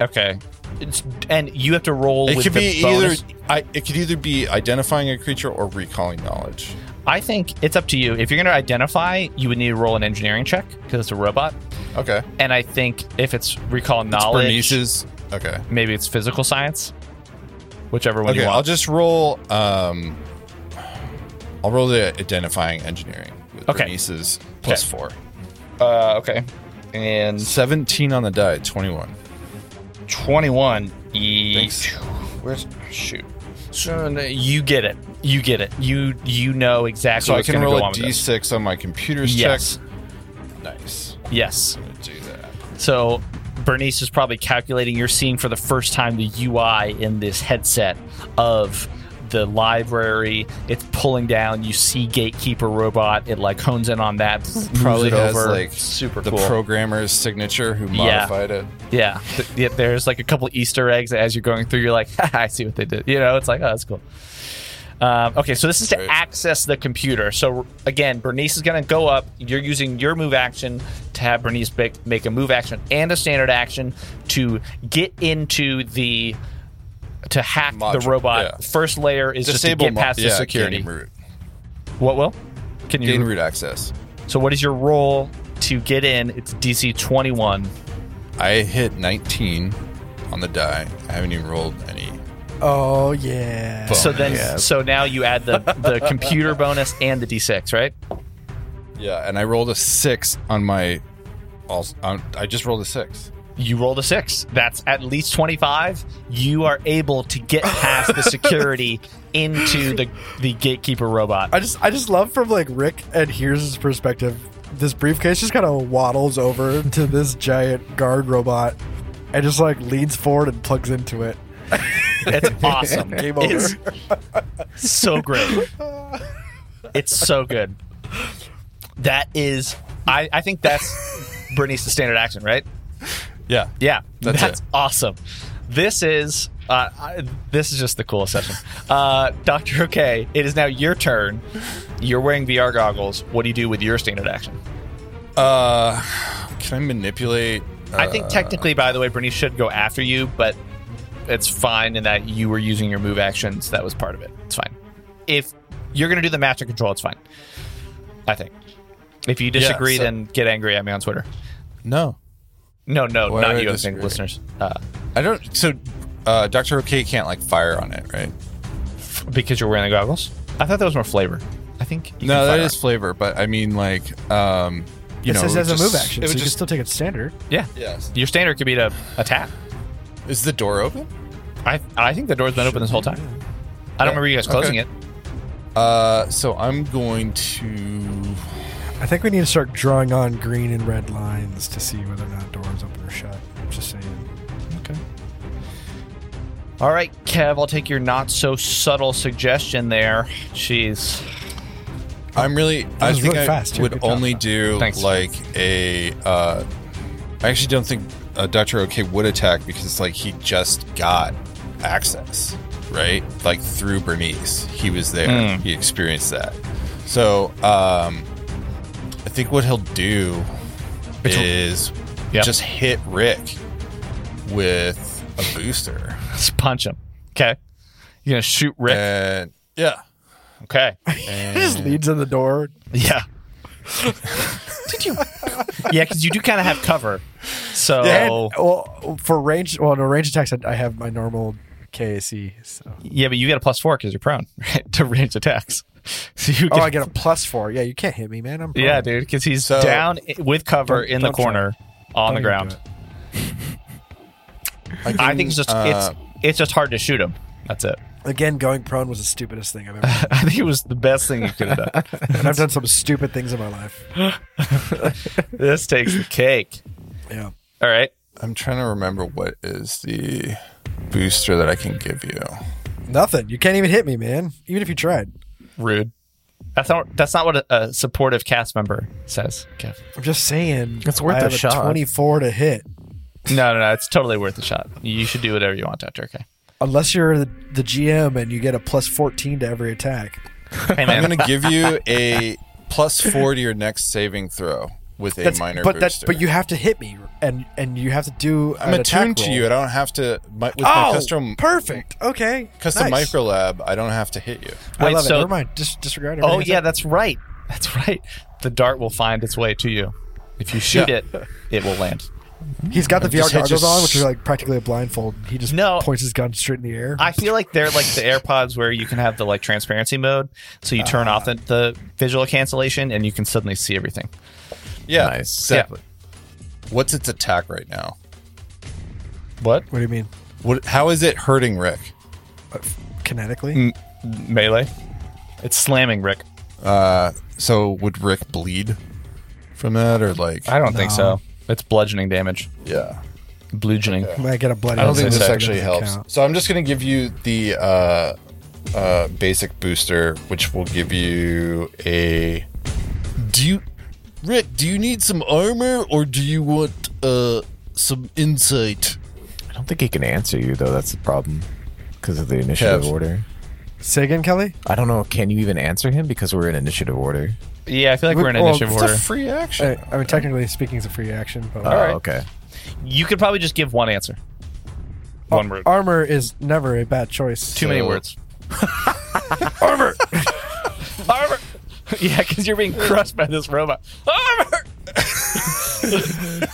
okay, it's, and you have to roll.
It
with
could
the
be
bonus.
either I, it could either be identifying a creature or recalling knowledge.
I think it's up to you. If you're going to identify, you would need to roll an engineering check because it's a robot.
Okay,
And I think if it's recall
it's
knowledge,
Bernice's. Okay,
maybe it's physical science, whichever one
okay.
you
I'll
want.
just roll. Um, I'll roll the identifying engineering with
Okay.
Bernice's plus
Okay.
four.
uh, okay. And
Seventeen on the die. Twenty-one.
21. E-
Thanks.
Where's shoot? So, no, you get it. You get it. You you know exactly.
So I
what's
can
gonna
roll
go
a
on with this.
d6 on my computer's
Yes.
check. Nice.
Yes.
I'm gonna do that.
So Bernice is probably calculating. You're seeing for the first time the UI in this headset of the library. It's pulling down. You see Gatekeeper robot. It like hones in on that. moves
Probably
it
has
over.
like
super
the
cool.
programmer's signature who
Yeah.
modified it.
yeah. Th- yeah. There's like a couple Easter eggs as you're going through. You're like, "Haha, I see what they did. You know, it's like, oh, that's cool. Um, okay, so this is to
Right.
access the computer. So again, Bernice is going to go up. You're using your move action to have Bernice make, make a move action and a standard action to get into the to hack
Module,
the robot.
yeah.
First layer is just to get
mo-
past
yeah,
the
gain
security.
root.
What will? Can you?
Gain root access.
So what is your roll to get in? It's DC 21.
I hit 19 on the die. I haven't even rolled any.
Oh yeah.
So then,
Yeah.
so now you add the the computer bonus and the d6, right?
Yeah, and I rolled a six on my. Also, on, I just rolled a six.
You rolled a six. That's at least twenty five. You are able to get past the security into the the gatekeeper robot.
I just I just love from like Rick and here's his perspective. This briefcase just kind of waddles over to this giant guard robot and just like leans forward and plugs into it.
It's awesome.
Game over.
It's so great. It's so good. That is, I I think that's Bernice's standard action, right?
Yeah.
Yeah, that's,
That's it.
awesome. This is uh, I, this is just the coolest session. Uh, Doctor OK, it is now your turn. You're wearing VR goggles. What do you do with your standard action?
Uh, can I manipulate? Uh,
I think technically, by the way, Bernice should go after you, but it's fine in that you were using your move actions. That was part of it. It's fine. If you're going to do the master control, it's fine. I think. If you disagree,
so-
then get angry at me on Twitter.
No.
No, no,
Why would
not
I
you. I think
disagree?
listeners, uh,
I don't. So, uh, Doctor OK can't like fire on it, right?
because you're wearing the goggles. I thought that was more flavor. I think. you
No,
can
that
fire
is flavor, but I mean, like, um, you
it
know,
says
it
as a
just-
move action,
It
so
would
you can
just
still take it standard.
Yeah.
Yes.
Your standard could be to attack.
Is the door open?
I I think the door's been open this whole time. I don't remember you guys closing
Okay. Uh, so I'm going to.
I think we need to start drawing on green and red lines to see whether or not doors open or shut. Just saying.
Okay.
it. All right, Kev, I'll take your not so subtle suggestion there. Jeez.
I'm really. I
was
think
really
I
fast, too. Good
would
job.
only do
Thanks.
like a. Uh, I actually don't think uh, Doctor OK would attack because like he just got access, right? Like through Bernice, he was there.
Mm.
Hmm.
He experienced that. So um, I think what he'll do is
Yep.
just hit Rick with a booster,
Let's punch him. Okay. You're going to shoot Rick.
and yeah,
okay.
It just leads in the door.
Yeah. Did you? yeah, because you do kind of have cover. So.
And, well, for range, well, no range attacks, I, I have my normal KAC. So.
Yeah, but you get a plus four because you're prone right, to ranged attacks. So you
Oh, I get a plus four. Yeah, you can't hit me, man. I'm prone.
Yeah, dude, because he's
So-
down i- with cover
Don't-
in the
don't try.
corner on the
even
ground.
do
I think it's just
uh,
it's it's just hard to shoot him. That's it.
Again, going prone was the stupidest thing I've ever done.
I think it was the best thing you could have done.
and I've done some stupid things in my life.
this takes the cake.
Yeah.
All right.
I'm trying to remember what is the booster that I can give you.
Nothing. You can't even hit me, man. Even if you tried.
Rude. That's not that's not what a, a supportive cast member says, Kev.
I'm just saying.
It's worth
I
a
have
shot.
24 to hit.
No, no, no. It's totally worth a shot. You should do whatever you want, Doctor. Okay.
Unless you're the, the GM and you get a plus 14 to every attack.
Hey
I'm
man.
going to give you a plus four to your next saving throw with a minor
but
booster.
but you have to hit me and and you have to do
I'm
an attack
attuned to
roll.
you. I don't have to. My, with my
Oh,
custom
perfect. Okay.
custom
nice.
micro lab, I don't have to hit you.
I
Wait,
love it.
so-
Never mind. Just disregard
oh
everything I
yeah,
said.
that's right. That's right. The dart will find its way to you. If you shoot
Yeah.
it, it will land.
He's got the VR
just- I
goggles
just-
on, which is like practically a blindfold. He just
No.
points his gun straight in the air.
I feel like they're like the AirPods where you can have the like transparency mode, so you turn off the, the visual cancellation and you can suddenly see everything.
Yeah,
Nice.
exactly. What's its attack right now?
What
what do you mean?
What? How is it hurting Rick?
Kinetically?
Mm.
melee? It's slamming, Rick.
Uh, so would Rick bleed from that, or like?
I don't think so. It's bludgeoning damage.
Yeah.
Bludgeoning.
I get a bloody.
I don't think
nose.
this
That
actually
doesn't
helps.
count.
So I'm just going to give you the uh, uh, basic booster, which will give you a. Do you, Rick? Do you need some armor, or do you want uh, some insight?
I don't think he can answer you though. That's the problem because of the initiative
Kev.
order.
Say again, Kelly.
I don't know. Can you even answer him because we're in initiative order?
Yeah, I feel like
We-
we're in
well,
initiative
it's
order.
Free action.
Uh, I, I mean, technically speaking, it's a free action. But
oh,
right.
okay.
you could probably just give one answer. One word.
armor is never a bad choice.
Too many
so-
words. Armor. Armor. Yeah, because you're being crushed by this robot. Armor.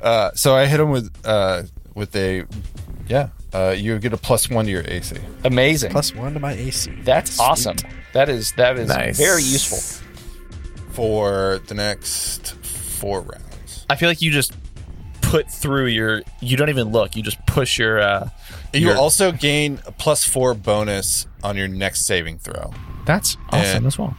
Uh, so I hit him with uh, with a. Yeah, uh, you get a plus one to your AC.
Amazing.
Plus one to my AC.
That's awesome. That is that is
Nice.
very useful.
for the next four rounds.
I feel like you just put through your. You don't even look. You just push your. uh
You
your-
also gain a plus four bonus on your next saving throw.
That's
and-
as well.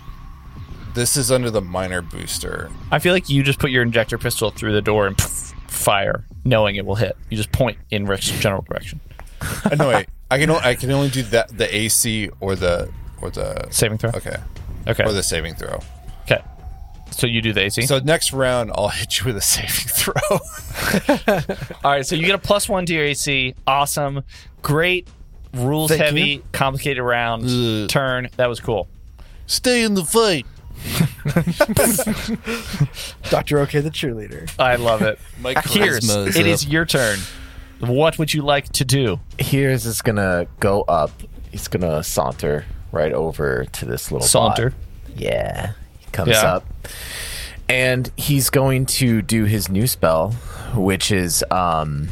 This is under the minor booster.
I feel like you just put your injector pistol through the door and fire, knowing it will hit. You just point in Rick's general direction.
Uh, no, wait. I can o- I can only do that the AC or the or the
Saving throw.
Okay,
Okay.
or the saving throw.
okay. So you do the AC.
So next round, I'll hit you with a saving throw.
All right. So you get a plus one to your AC. Awesome. Great. Rules
Thank
heavy,
you.
complicated round.
Ugh.
Turn. That was cool.
Stay in the fight.
Doctor OK, the cheerleader.
I love it.
My
Here's.
charisma is
It
up.
is your turn. What would you like to do?
Here's is gonna go up. He's gonna saunter right over to this little
Saunter.
bot. Yeah, he comes
Yeah.
up, and he's going to do his new spell, which is um,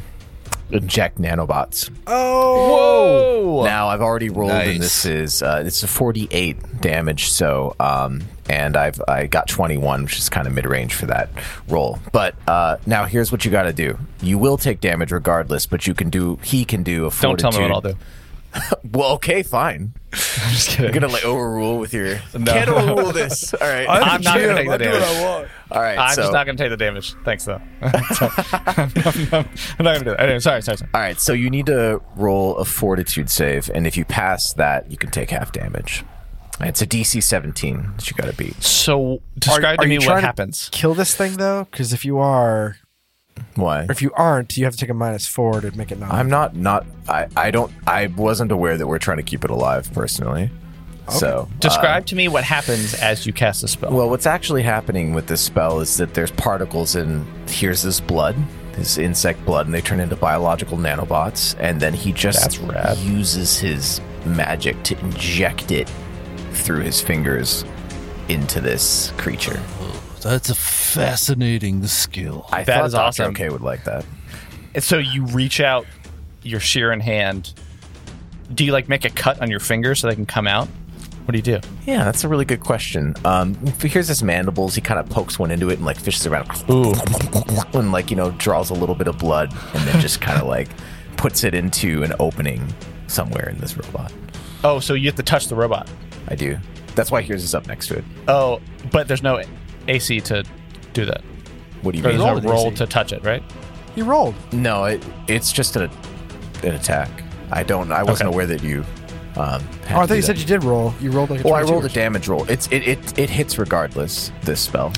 inject nanobots.
Oh.
Whoa!
Now I've already rolled,
Nice.
and this is uh, it's a forty-eight damage. So, um, and I've I got twenty-one, which is kind of mid-range for that roll. But uh, now here's what you got to do: you will take damage regardless, but you can do. He can do a.
Don't tell me what I'll
fortitude-
do.
Well, okay, fine.
I'm just kidding.
You're gonna like overrule with your. Can't overrule this. All right.
I'm not gonna take the
I do what
damage.
I want.
All right.
I'm
so,
just not going to take the damage. Thanks, though. I'm not going to do that. Anyway, sorry, sorry, sorry.
All right. So you need to roll a fortitude save, and if you pass that, you can take half damage. And It's a DC 17 that you got to beat.
So, describe
Are- are
to me
you
what
trying to
happens.
Kill this thing though, because if you are,
Why?
or if you aren't, you have to take a minus four to make it not.
I'm not not I I don't I wasn't aware that we're trying to keep it alive personally. So uh,
Describe to me what happens as you cast the spell.
well, what's actually happening with this spell is that there's particles in here's this blood, this insect blood, and they turn into biological nanobots, and then he just
That's rad.
uses his magic to inject it through his fingers into this creature.
That's a fascinating skill.
I
That
thought
is
Dr.
awesome.
Okay would like that.
And so you reach out your shear in hand. Do you like make a cut on your finger so they can come out? What do you do?
Yeah, that's a really good question. Um, here's his mandibles. He kind of pokes one into it and like fishes around, and like you know draws a little bit of blood, and then just kind of like puts it into an opening somewhere in this robot.
Oh, so you have to touch the robot.
I do. That's why here's is up next to it.
Oh, but there's no AC to do that.
What do you
Or there's
mean?
no
an
roll
AC.
to touch it, right?
He rolled.
No, it, it's just an an attack. I don't. I wasn't
Okay.
aware that you.
Oh, I
Um, had to do
thought you
that.
said you did roll. You rolled like. A
Well, I
22.
rolled a damage roll. It's it, it it hits regardless. This spell,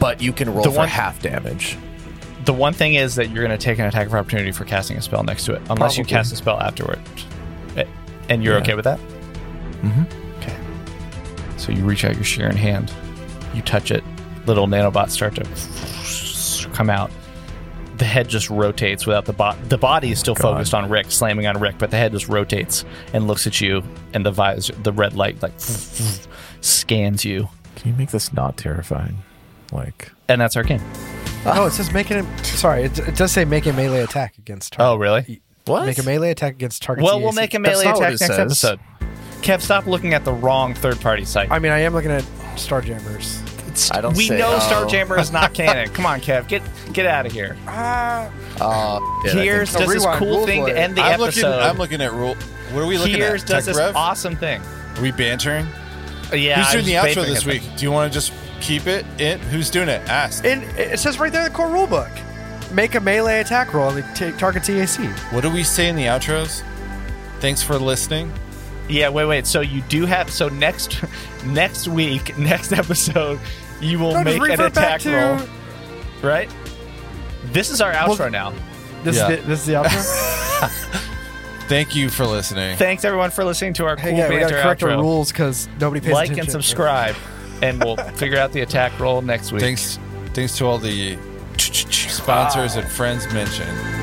but you can roll
The
for
one-
half damage.
The one thing is that you're going to take an attack of opportunity for casting a spell next to it, unless you
Probably.
cast a spell afterward. Eh, And you're okay with that? Mm-hmm. Okay. So you reach out your shear in hand, you touch it, little nanobots start to come out. The head just rotates without the bot. The body is still focused on Rick, slamming on Rick, but the head just rotates and looks at you, and the visor, the red light, like scans you,
Can you make this not terrifying? Like.
and that's our game.
Oh, it says making it. Sorry, it, it does say make a melee attack against. Target.
Oh, really?
What?
Make a melee attack against target.
Well, we'll make a melee
not
attack
what
next
it says.
episode. Kev, stop looking at the wrong third-party site.
I mean, I am looking at Starjammers.
I don't
we
say-
know
Oh.
Starjammer is not canon. Come on, Kev, get get out of here.
Yeah, I think-
Here's
so.
does this
Rewind,
cool
rules
thing to
lawyer.
end the
I'm looking,
episode.
I'm looking at rule. What are we looking
Here's
at?
does
Tech
this
Rev?
awesome thing.
Are we bantering?
Yeah,
Who's
I
doing
was
the outro
vaporing it.
this week? Do you want to just keep it? In? Who's doing it? Ask.
And it says right there in the core rulebook, make a melee attack roll and take target TAC.
What do we say in the outros? Thanks for listening.
Yeah, wait, wait. So you do have so next next week, next episode, you will
No, just
make an
revert
attack
back to-
roll, right? This is our outro now.
This
Yeah.
is the, this is the outro.
Thank you for listening.
Thanks everyone for listening to our
hey,
cool
yeah, we gotta
banter
correct
outro.
our rules because nobody pays
like
attention.
and subscribe, and we'll figure out the attack roll next week.
Thanks, thanks to all the sponsors and friends mentioned.